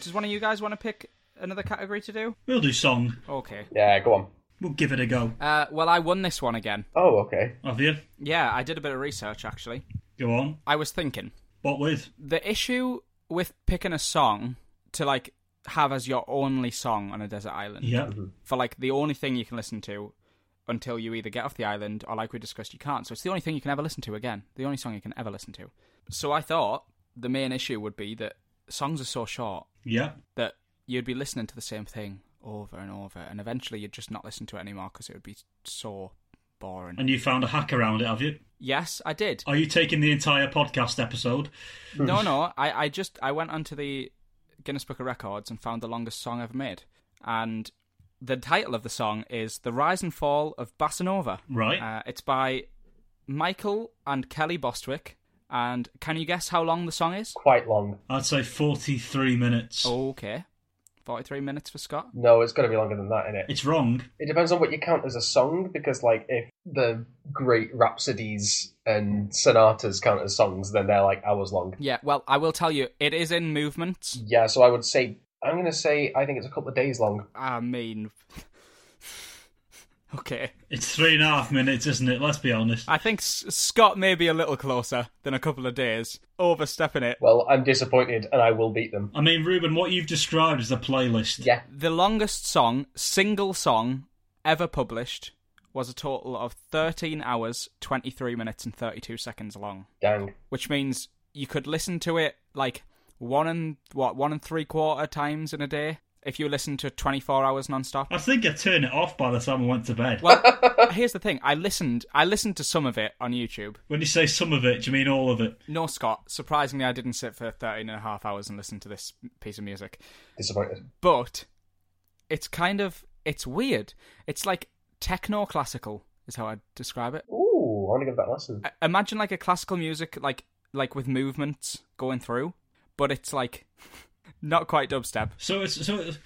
Does one of you guys want to pick another category to do?
We'll do song.
Okay.
Yeah, go on.
We'll give it a go.
Uh, well, I won this one again.
Oh, okay.
Have you?
Yeah, I did a bit of research actually.
Go on.
I was thinking
What with?
the issue with picking a song to like have as your only song on a desert island
Yeah.
for like the only thing you can listen to until you either get off the island or like we discussed you can't. So it's the only thing you can ever listen to again. The only song you can ever listen to. So I thought the main issue would be that songs are so short
Yeah.
that you'd be listening to the same thing over and over, and eventually you'd just not listen to it anymore because it would be so boring.
And you found a hack around it, have you?
yes, I did.
Are you taking the entire podcast episode?
no, no, I, I just I went onto the Guinness Book of Records and found the longest song ever made, and the title of the song is "The Rise and Fall of Bossa Nova."
Right.
Uh, it's by Michael and Kelly Bostwick, And can you guess how long the song is?
Quite long.
I'd say 43 minutes.
Okay. 43 minutes for Scott.
No, it's got to be longer than that, innit?
It's wrong.
It depends on what you count as a song, because like if the great rhapsodies and sonatas count as songs, then they're like hours long.
Yeah, well, I will tell you, it is in movements.
Yeah, so I would say I'm gonna say I think it's a couple of days long.
I mean. [LAUGHS] okay.
It's three and a half minutes, isn't it? Let's be honest.
I think S- Scott may be a little closer than a couple of days, overstepping it.
Well, I'm disappointed, and I will beat them.
I mean, Ruben, what you've described is a playlist.
Yeah,
The longest song, single song, ever published was a total of 13 hours, 23 minutes, and 32 seconds long,
dang.
which means you could listen to it like one and what, one and three quarter times in a day if you listen to 24 hours
[LAUGHS]
non-stop.
I think I'd turn it off by the time I went to bed.
Well, here's the thing. I listened. I listened to some of it on YouTube.
When you say some of it, do you mean all of it?
No, Scott. Surprisingly, I didn't sit for 13 and a half hours and listen to this piece of music.
Disappointed.
But it's kind of it's weird. It's like techno classical is how I'd describe it.
Ooh, I want to give that a listen.
I- Imagine like a classical music like like with movements going through, but it's like [LAUGHS] not quite dubstep.
So it's so it's,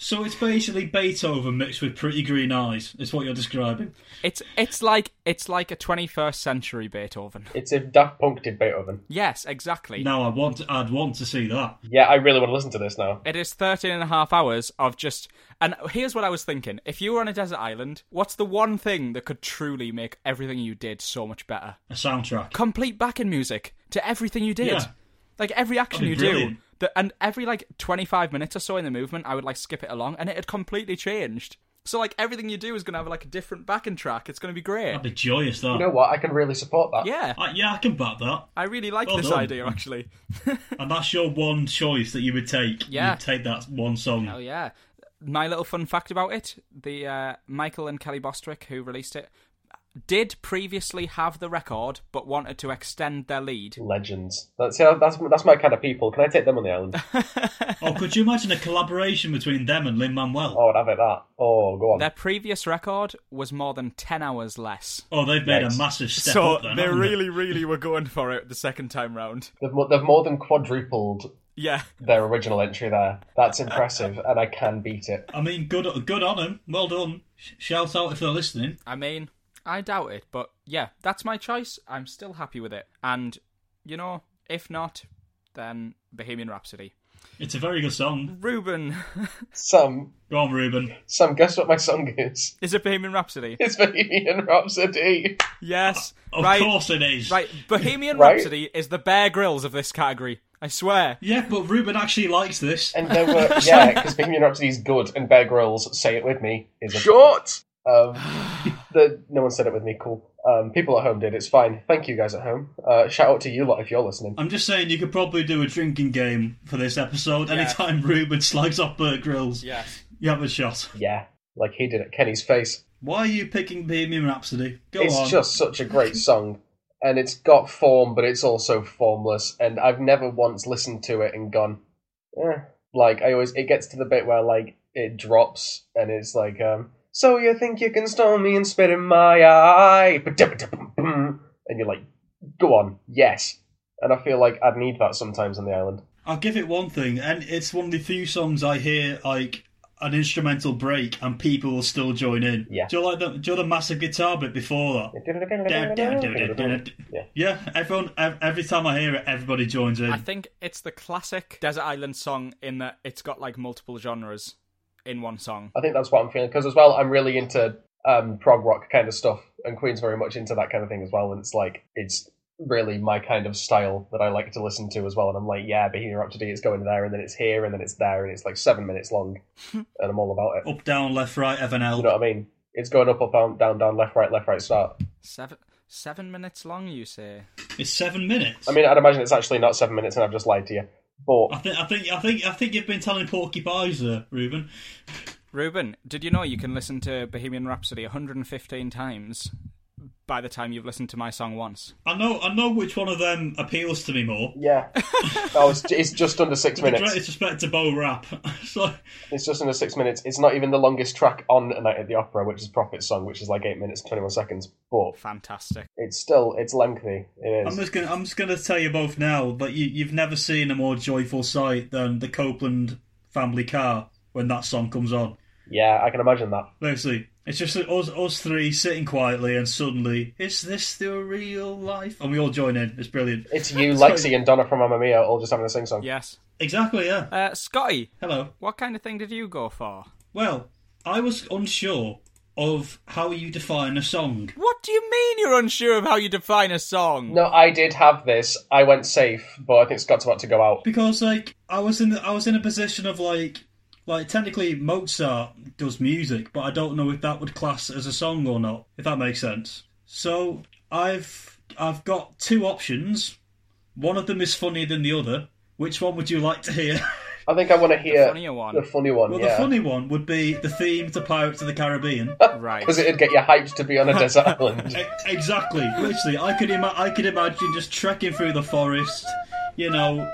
so it's basically Beethoven mixed with Pretty Green Eyes. Is what you're describing.
It's it's like it's like a 21st century Beethoven.
It's if Daft Punk did Beethoven.
Yes, exactly.
Now I want I'd want to see that.
Yeah, I really want to listen to this now.
It is 13 and a half hours of just. And here's what I was thinking. If you were on a desert island, what's the one thing that could truly make everything you did so much better?
A soundtrack.
Complete backing music to everything you did.
Yeah.
Like every action you
That'd be
do.
brilliant.
The, and every like 25 minutes or so in the movement, I would like skip it along and it had completely changed. So like everything you do is going to have like a different backing track. It's going to be great.
That'd be joyous. That.
You know what? I can really support that.
yeah.
I, yeah, I can back that.
I really like
Well
this
done.
idea actually.
And that's your one choice that you would take.
Yeah.
You'd take that one
Oh
song.
yeah. My little fun fact about it: the uh, Michael and Kelly Bostrick who released it did previously have the record, but wanted to extend their lead.
Legends. That's yeah, that's that's my kind of people. Can I take them on the [LAUGHS] island?
Oh, could you imagine a collaboration between them and Lin Manuel?
Oh, I'd have it that. Oh, go on.
Their previous record was more than ten hours less.
Oh, they've made
Yikes.
a massive step
So
up. Then,
they
haven't they?
really, really were going for it the second time round.
They've, mo- they've more than quadrupled
Yeah,
their original entry there. That's impressive, [LAUGHS] and I can beat it.
I mean, good, good on them. Well done. Sh- Shout out if they're listening.
I mean, I doubt it, but yeah, that's my choice. I'm still happy with it, and you know, if not, then Bohemian Rhapsody.
It's a very good song.
Ruben, [LAUGHS]
Sam,
Go on, Ruben.
Sam, guess what my song is? [LAUGHS]
is it Bohemian Rhapsody?
It's Bohemian Rhapsody.
Yes.
Uh, Of
right.
course it is.
Right, Bohemian
Right?
Rhapsody is the Bear Grylls of this category. I swear.
Yeah, but Ruben actually likes this.
And there were yeah, because Bohemian Rhapsody is good, and Bear Grylls, say it with me, is a short. Um, the no one said it with me. Cool. Um, people at home did. It's fine. Thank you guys at home. Uh, shout out to you lot if you're listening.
I'm just saying you could probably do a drinking game for this episode. Anytime [LAUGHS] Ruben slags off Bert Grills,
Yes.
you have a shot.
Yeah, like he did at Kenny's face.
Why are you picking Bohemian Rhapsody? Go
it's
on.
just such a great song, and it's got form, but it's also formless. And I've never once listened to it and gone, eh. Like I always, it gets to the bit where like it drops, and it's like, um, so you think you can stone me and spit in my eye? Ba-da-ba-da-bum-bum. And you're like, go on, yes. And I feel like I'd need that sometimes on the island.
I'll give it one thing, and it's one of the few songs I hear like an instrumental break and people will still join in.
Yeah.
Do you like the do you know the massive guitar bit before that?
Yeah.
yeah, everyone ev- every time I hear it, everybody joins in.
I think it's the classic Desert Island song in that it's got like multiple genres in one song.
I think that's what I'm feeling because as well, I'm really into um, prog rock kind of stuff, and Queen's very much into that kind of thing as well. And it's like it's really my kind of style that I like to listen to as well. And I'm like, yeah, Bohemian Rhapsody, it's going there, and then it's here, and then it's there, and it's like seven minutes long, and I'm all about it.
Up, down, left, right, Evan L.
You know what I mean? It's going up, up, down, down, down, left, right, left, right, start.
Seven seven minutes long, you say?
It's seven minutes.
I mean, I'd imagine it's actually not seven minutes, and I've just lied to you. But
I think I think I think I think you've been telling Porky Pies there, Ruben.
Ruben, did you know you can listen to Bohemian Rhapsody 115 times by the time you've listened to my song once.
I know, I know which one of them appeals to me more.
Yeah. oh, it's, it's just under six
With the
minutes.
greatest respect to Bo Rap, [LAUGHS] so
It's just under six minutes. It's not even the longest track on A Night at the Opera, which is Prophet's song, which is like eight minutes twenty one seconds. But
Fantastic.
it's still it's lengthy. It
I'm
is.
just gonna, I'm just gonna tell you both now that you, you've never seen a more joyful sight than the Copeland family car when that song comes on.
Yeah, I can imagine that.
Basically, it's just us, us three sitting quietly, and suddenly, is this the real life? And we all join in. It's brilliant.
It's
[LAUGHS]
you, Lexi, and Donna from Mamma Mia all just having a sing song.
Yes.
Exactly. Yeah.
Uh, Scotty,
Hello.
what kind of thing did you go for?
Well, I was unsure of how you define a song.
What do you mean you're unsure of how you define a song?
No, I did have this. I went safe, but I think Scott's about to go out.
because like I was in I was in a position of like like technically Mozart does music, but I don't know if that would class as a song or not. If that makes sense. So I've I've got two options. One of them is funnier than the other. Which one would you like to hear? [LAUGHS]
I think I want to hear
funnier one.
The funny one,
well,
yeah.
the funny one would be the theme to Pirates of the Caribbean.
Right.
because it'd get you hyped to
[LAUGHS]
be on a desert island.
E- exactly. Literally, I could ima- I could imagine just trekking through the forest, you know,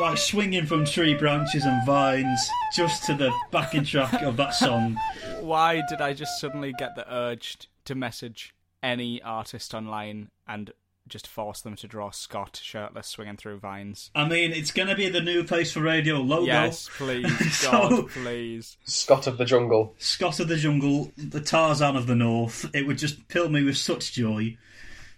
like swinging from tree branches and vines, just to the backing track of that song.
Why did I just suddenly get the urge to message any artist online and just force them to draw Scott shirtless swinging through vines?
I mean, it's gonna be the new place for radio logo.
Yes, please,
Oh, So-
God, please.
Scott of the jungle.
Scott of the jungle, the Tarzan of the north. It would just fill me with such joy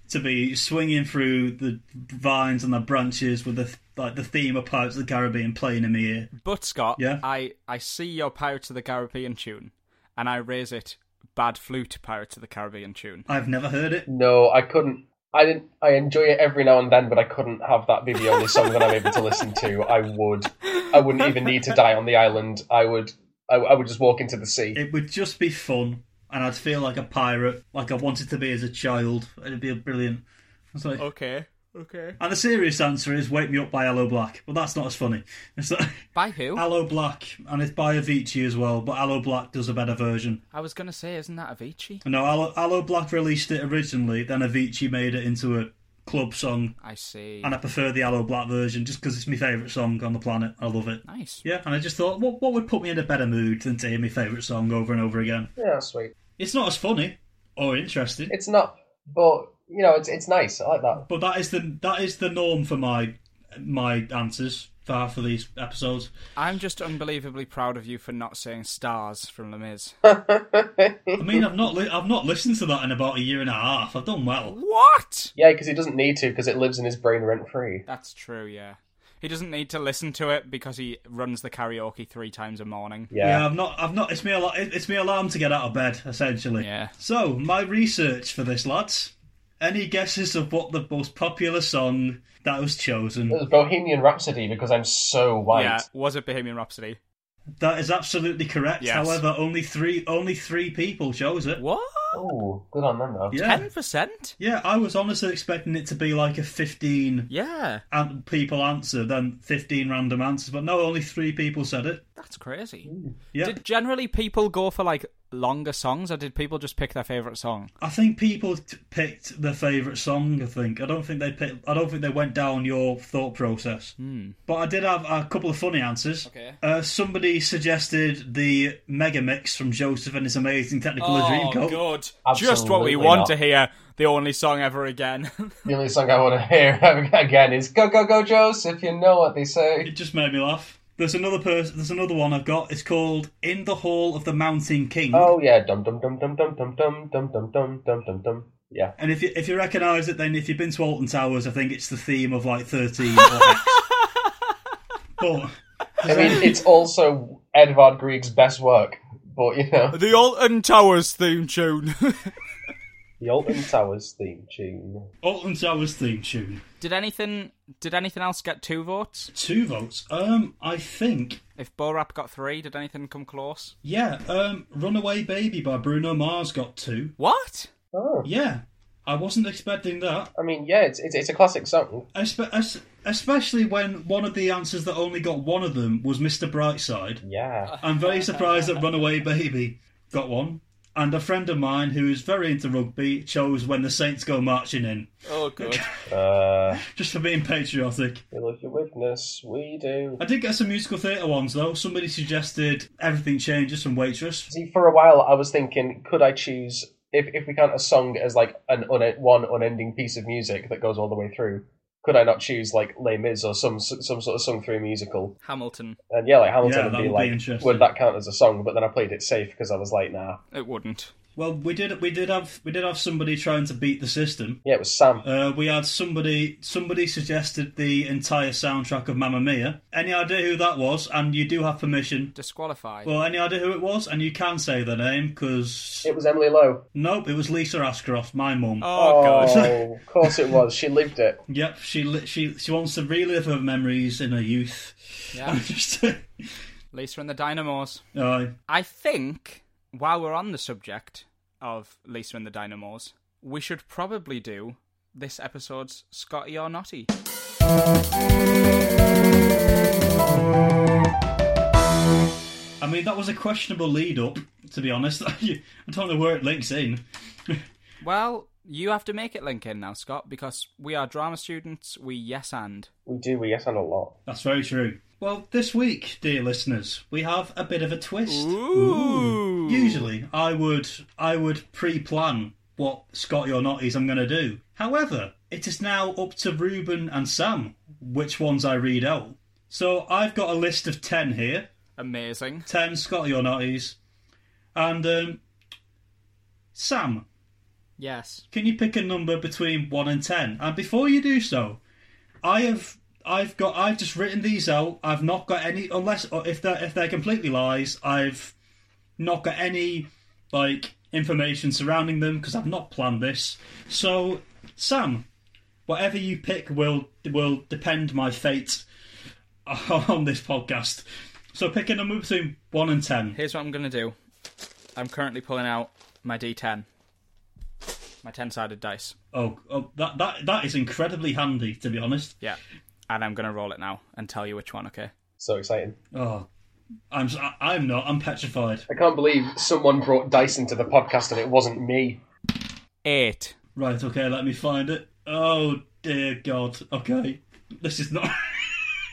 to be swinging through the vines and the branches with the th- like the theme of Pirates of the Caribbean playing in the ear.
But Scott,
Yeah?
I I see your Pirates of the Caribbean tune, and I raise it bad flute Pirates of the Caribbean tune.
I've never heard it.
No, I couldn't. I didn't. I enjoy it every now and then, but I couldn't have that be the only song that I'm able to listen to. I would. I wouldn't even need to die on the island. I would. I, I would just walk into the sea.
It would just be fun, and I'd feel like a pirate, like I wanted to be as a child. It'd be brilliant. It's like-
Okay, okay.
And the serious answer is "Wake Me Up" by Aloe Black, but that's not as funny. [LAUGHS] It's like,
By who?
Aloe Black, and it's by Avicii as well, but Aloe Black does a better version.
I was gonna say, isn't that Avicii?
No, Aloe, Aloe Black released it originally, then Avicii made it into a club song,
I see.
and I prefer the Aloe Black version just because it's my favourite song on the planet. I love it.
Nice.
Yeah, and I just thought, what what would put me in a better mood than to hear my favourite song over and over again?
Yeah, sweet.
It's not as funny or interesting.
It's not, but you know, it's it's nice. I like that.
But that is the that is the norm for my my answers for half of these episodes.
I'm just unbelievably proud of you for not saying stars from The Miz.
Oh. I mean, I've not li- I've not listened to that in about a year and a half. I've done well.
What?
Yeah, because he doesn't need to, because it lives in his brain rent free.
That's true, yeah. He doesn't need to listen to it because he runs the karaoke three times a morning.
Yeah,
Yeah.
I've not. I've not. It's me. Al- it's me alarm to get out of bed, essentially.
Yeah.
So my research for this, lads. Any guesses of what the most popular song that was
It
chosen?
was Bohemian Rhapsody because I'm so white.
Yeah, was it Bohemian Rhapsody?
That is absolutely correct.
Yes.
However, only three only three people chose it.
What?
Oh, good on them though.
Uh, Yeah.
Ten percent?
Yeah, I was honestly expecting it to be like a fifteen
Yeah,
an- people answer, then 15 random answers. But no, only three people said it.
that's crazy.
Yeah.
Did generally people go for like longer songs, or did people just pick their favorite song?
I think people t- picked their favourite song, I think. I don't think they picked, I don't think they went down your thought process. But I did have a couple of funny answers.
Hmm. Okay.
Uh, somebody suggested the Mega Mix from Joseph and his amazing technical dream coat.
Oh, good! just
Absolutely
what we want
not.
to hear. The only song ever again. [LAUGHS]
The only song I want to [LAUGHS] hear again is "Go Go Go Joseph." You know what they
It
say.
just made me laugh. There's another person. There's another one I've got. It's called "In the Hall of the Mountain King."
Oh yeah, dum dum dum dum dum dum dum dum dum dum dum dum dum. Yeah.
And if you if you recognise it, then if you've been to Alton Towers, I think it's the theme of like thirteen. or X. but um,
I mean, it's also Edvard Grieg's best work, but you know,
the Alton Towers theme tune.
[LAUGHS]
[LAUGHS]
the Alton Towers theme tune.
Alton Towers theme tune,
did anything? Did anything else get two votes?
two votes. Um, I think
If Bo Rap got three, did anything come close?
yeah. Um, "Runaway Baby" by Bruno Mars got two.
What?
Oh,
Yeah, I wasn't expecting that.
I mean, yeah, it's it's, it's a classic song.
Espe- es- especially when one of the answers that only got one of them was Mr. Brightside.
Yeah,
I'm very surprised that Runaway Baby got one. And a friend of mine who is very into rugby chose When the Saints Go Marching In,
Oh, good.
Uh,
just for being patriotic.
Village of Witness, we do.
I did get some musical theatre ones though. Somebody suggested Everything Changes from Waitress.
See, for a while, I was thinking, could I choose if if we count a song as like an un- one unending piece of music that goes all the way through? Could I not choose like Les Mis or some some sort of sung through musical?
Hamilton.
And yeah, like Hamilton
Yeah,
would
that
be
would be
like,
interesting.
would that count as a song? But then I played it safe because I was like, nah.
It wouldn't.
Well, we did we did have we did have somebody trying to beat the system.
Yeah, it was Sam.
Uh, we had somebody somebody suggested the entire soundtrack of Mamma Mia. Any idea who that was? And you do have permission.
Disqualified.
Well, any idea who it was? And you can say the name because
It was Emily Lowe.
nope, it was Lisa Ashcroft, my mum.
oh,
[LAUGHS]
God.
of course it was. She lived it.
Yep, she li- she she wants to relive her memories in her youth. [LAUGHS]
Yeah.
Just-
Lisa and the Dynamos.
Aye.
I think while we're on the subject of Lisa and the Dynamos, we should probably do this episode's Scotty or Notty.
I mean, that was a questionable lead up, to be honest. [LAUGHS] I don't know where it links in. [LAUGHS]
Well, you have to make it link in now, Scott, because we are drama students. We yes and.
We do. We get on a lot.
That's very true. Well, this week, dear listeners, we have a bit of a twist.
Ooh.
Usually, I would I would pre-plan what Scotty or Notties I'm going to do. However, it is now up to Ruben and Sam which ones I read out. So I've got a list of ten here,
Amazing.
ten Scotty or Notties, and um, Sam,
Yes.
can you pick a number between one and ten? And before you do so, I have I've got I've just written these out. I've not got any unless or if they're if they're completely lies, I've not got any like information surrounding them because I've not planned this. So Sam, whatever you pick will will depend my fate [LAUGHS] on this podcast. So pick a number between one and ten.
Here's what I'm going to do I'm currently pulling out my D10, my 10 sided dice.
Oh, oh that that that is incredibly handy to be honest.
Yeah. And I'm going to roll it now and tell you which one, okay?
So exciting.
Oh, I'm s- I- I'm not. I'm petrified.
I can't believe someone brought dice into the podcast and it wasn't me.
Eight.
Right. Okay. Let me find it. Oh dear God. Okay. This is not. [LAUGHS]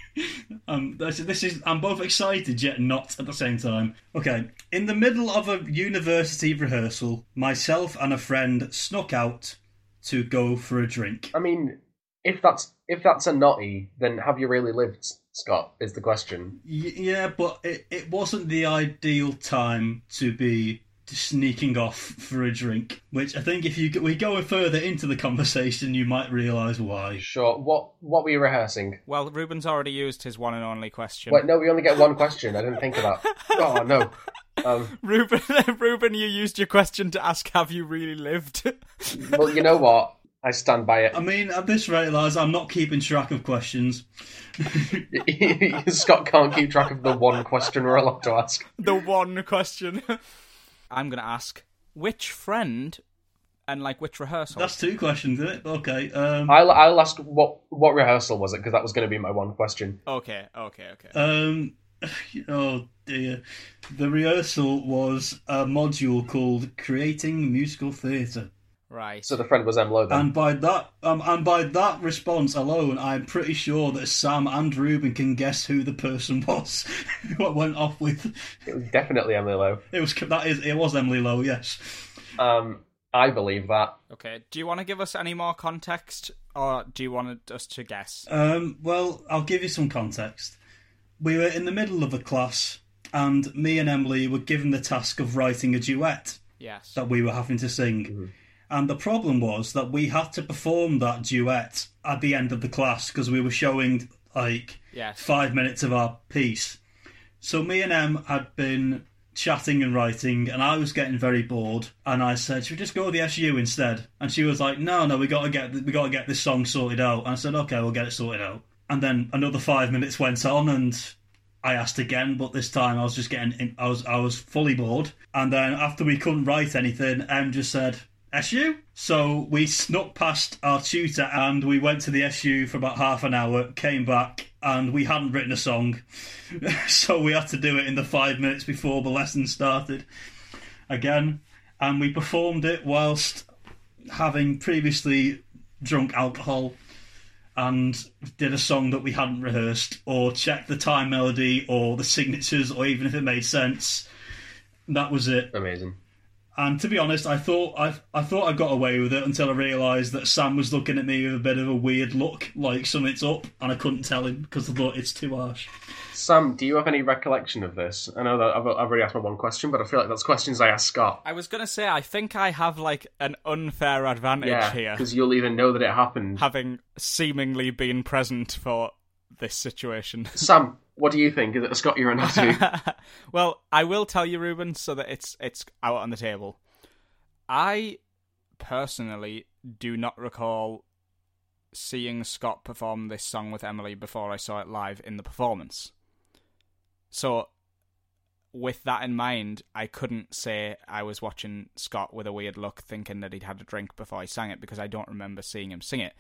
um. This, this is. I'm both excited yet not at the same time. Okay. In the middle of a university rehearsal, myself and a friend snuck out to go for a drink.
I mean, if that's if that's a naughty, then have you really lived, Scott? Is the question.
Y- yeah, but it, it wasn't the ideal time to be sneaking off for a drink. Which I think if you we go further into the conversation, you might realise why.
Sure. What what were you rehearsing?
Well, Ruben's already used his one and only question.
Wait, no, we only get one question. I didn't think of that. Oh no. Um,
[LAUGHS] Ruben, Ruben, you used your question to ask, "Have you really lived?" [LAUGHS]
well, you know what? I stand by
I mean, at this rate, lads, I'm not keeping track of questions.
it. [LAUGHS] Scott can't keep track of the one question we're allowed to ask.
the one question. [LAUGHS] I'm gonna ask which friend and like which rehearsal.
That's two questions, isn't it? Okay. Um,
I'll I'll ask what what rehearsal was it because that was going to be my one question.
Okay, okay, okay.
um, [SIGHS] oh dear. The rehearsal was a module called "Creating Musical Theatre,"
right.
So the friend was M. Lowe then.
and by that, um, and by that response alone, I'm pretty sure that Sam and Ruben can guess who the person [LAUGHS] was what went off with.
It was definitely Emily Lowe.
It was that is it was Emily Lowe, yes.
Um, I believe that.
okay. Do you want to give us any more context, or do you want us to guess?
Um, well, I'll give you some context. We were in the middle of a class, and me and Emily were given the task of writing a duet
Yes.
that we were having to sing. And the problem was that we had to perform that duet at the end of the class because we were showing like
Yes.
five minutes of our piece. So me and Em had been chatting and writing, and I was getting very bored. And I said, "Should we just go with the SU instead?" And she was like, "No, no, we gotta get we gotta get this song sorted out." And I said, "Okay, we'll get it sorted out." And then another five minutes went on, and I asked again, but this time I was just getting in, I was I was fully bored. And then after we couldn't write anything, Em just said. SU? So we snuck past our tutor and we went to the SU for about half an hour, came back, and we hadn't written a song. [LAUGHS] so we had to do it in the five minutes before the lesson started. Again. and we performed it whilst having previously drunk alcohol and did a song that we hadn't rehearsed or checked the time melody or the signatures or even if it made sense. That was it.
Amazing.
And to be honest, I thought I I thought I got away with it until I realised that Sam was looking at me with a bit of a weird look, like something's up, and I couldn't tell him because I thought it's too harsh.
Sam, do you have any recollection of this? I know that I've, I've already asked my one question, but I feel like that's questions I asked Scott.
I was gonna say I think I have like an unfair advantage
Yeah,
here,
because you'll even know that it happened.
having seemingly been present for this situation.
Sam, what do you think? Is it a Scott you're
[LAUGHS]
on to?
well, I will tell you, Ruben, so that it's it's out on the table. I personally do not recall seeing Scott perform this song with Emily before I saw it live in the performance. So, with that in mind, I couldn't say I was watching Scott with a weird look, thinking that he'd had a drink before he sang it, because I don't remember seeing him sing it.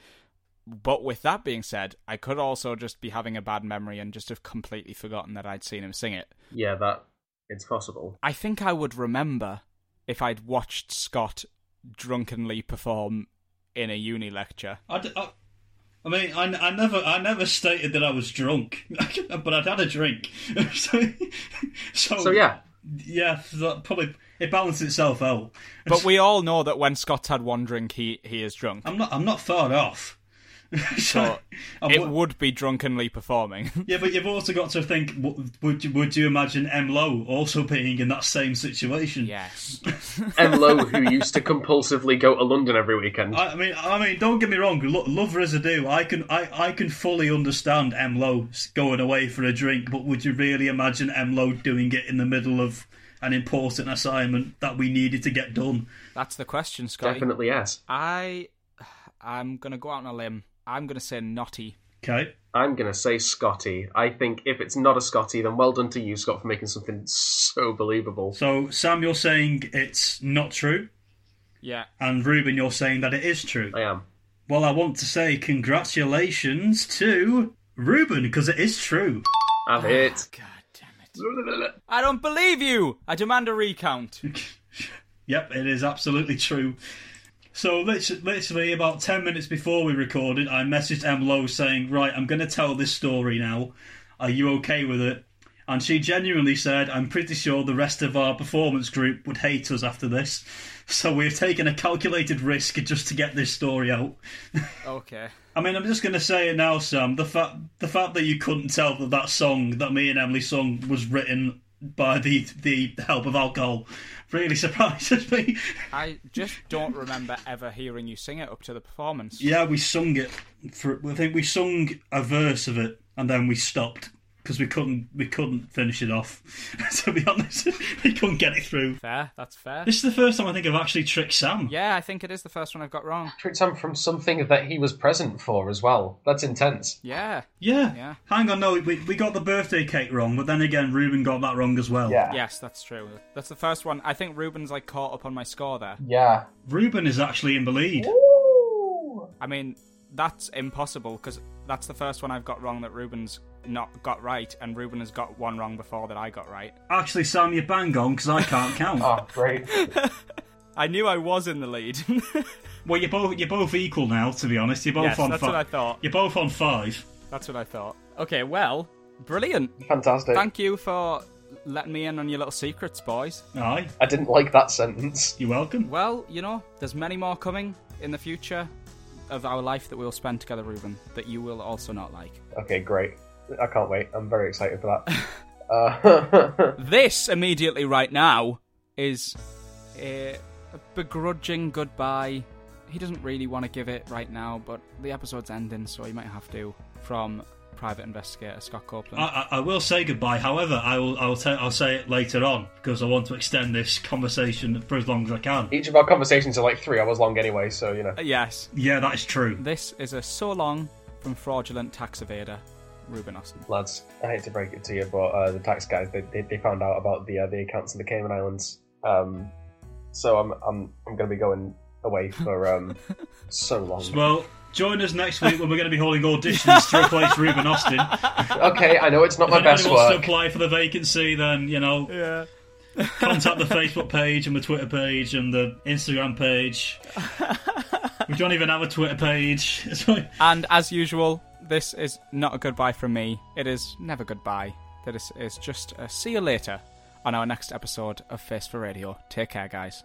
But with that being said, I could also just be having a bad memory and just have completely forgotten that I'd seen him sing it.
yeah, that it's possible.
I think I would remember if I'd watched Scott drunkenly perform in a uni lecture.
I, d- I- I mean, I, I never I never stated that I was drunk, [LAUGHS] but I'd had a drink, [LAUGHS] so, so
So yeah,
yeah, that probably it balanced itself out.
But we all know that when Scott's had one drink, he, he is drunk.
I'm not I'm not far off. [LAUGHS] so
But
I
it
wa-
would be drunkenly [LAUGHS] performing.
yeah, but you've also got to think: w- would you, would you imagine M Lowe also being in that same situation?
yes.
M. Lowe, who used to compulsively go to London every weekend.
I I mean, I mean, don't get me wrong. Lo- love her as I do, I can, I, I can fully understand M. Lowe going away for a drink. But would you really imagine M. Lowe doing it in the middle of an important assignment that we needed to get done?
[LAUGHS] That's the question, Scott.
Definitely yes.
I I'm gonna go out on a limb. I'm gonna say naughty.
Okay.
I'm gonna say Scotty. I think if it's not a Scotty, then well done to you, Scott, for making something so believable.
So Sam, you're saying it's not true,
Yeah.
and Ruben, you're saying that it is true.
I am.
Well, I want to say congratulations to Ruben because it is true. [LAUGHS]
Have it.
God damn it. I don't believe you! I demand a recount.
Yep, it is absolutely true. So lit- literally about ten minutes before we recorded, I messaged Em Lowe saying, "Right, I'm going to tell this story now. Are you okay with it?" And she genuinely said, "I'm pretty sure the rest of our performance group would hate us after this, [LAUGHS] so we've taken a calculated risk just to get this story out."
Okay.
I mean, I'm just going to say it now, Sam. The fact the fact that you couldn't tell that that song that me and Emily sung was written by the the help of alcohol really [LAUGHS] surprises me.
I just don't remember ever hearing you sing it up to the performance.
Yeah, we sung it. For I think we sung a verse of it, and then we stopped because we couldn't we couldn't finish it off. [LAUGHS] to be honest, [LAUGHS] we couldn't get it through.
Fair, that's fair.
This is the first time I think I've actually tricked Sam.
Yeah, I think it is the first one I've got
[GASPS]
wrong.
Tricked him from something that he was present for as well. That's intense.
Yeah.
yeah.
Yeah.
Hang on, no, we we got the birthday cake wrong, but then again, Ruben got that wrong as well.
Yeah.
Yes, that's true. That's the first one. I think Ruben's like caught up on my score there.
Yeah.
Ruben is actually in the lead.
I mean, that's impossible because that's the first one I've got wrong that Ruben's not got right, and Ruben has got one wrong before that I got right.
Actually, Sam, you're bang on because I
[LAUGHS]
can't count.
Oh, great.
I knew I was in the lead. [LAUGHS]
Well, you're both you're both equal now. To be honest, you're both
yes,
on
that's
fi-
what I thought.
You're both on five.
That's what I thought. Okay, well, brilliant.
Fantastic.
Thank you for letting me in on your little secrets, boys.
Aye,
I didn't like that sentence.
you're welcome.
Well, you know, there's many more coming in the future of our life that we'll spend together, Ruben, that you will also not like.
Okay, great. I can't wait. I'm very excited for that. Uh, [LAUGHS]
This immediately right now is a, a begrudging goodbye. He doesn't really want to give it right now, but the episode's ending, so he might have to. From private investigator Scott Copeland.
I, I, I will say goodbye. However, I will I will i I'll say it later on because I want to extend this conversation for as long as I can.
Each of our conversations are like three hours long anyway, so, you know.
Uh, yes,
Yeah, that is true.
this is a so long from fraudulent tax evader Ruben Austin.
Lads, I hate to break it to you, but uh, the tax guys, they, they, they found out about the uh, the accounts in the Cayman Islands. Um, so I'm, I'm, I'm going to be going away for um, so long.
Well, join us next week when we're going to be holding auditions to replace Ruben Austin.
Okay, I know it's not my
if anyone
best
wants to
work.
apply for the vacancy, then you know
Yeah.
Contact the Facebook page and the Twitter page and the Instagram page. We don't even have a Twitter page. [LAUGHS] It's like,
And as usual, this is not a goodbye from me. It is never goodbye. That is, is just a see you later on our next episode of Face for Radio. Take care, guys.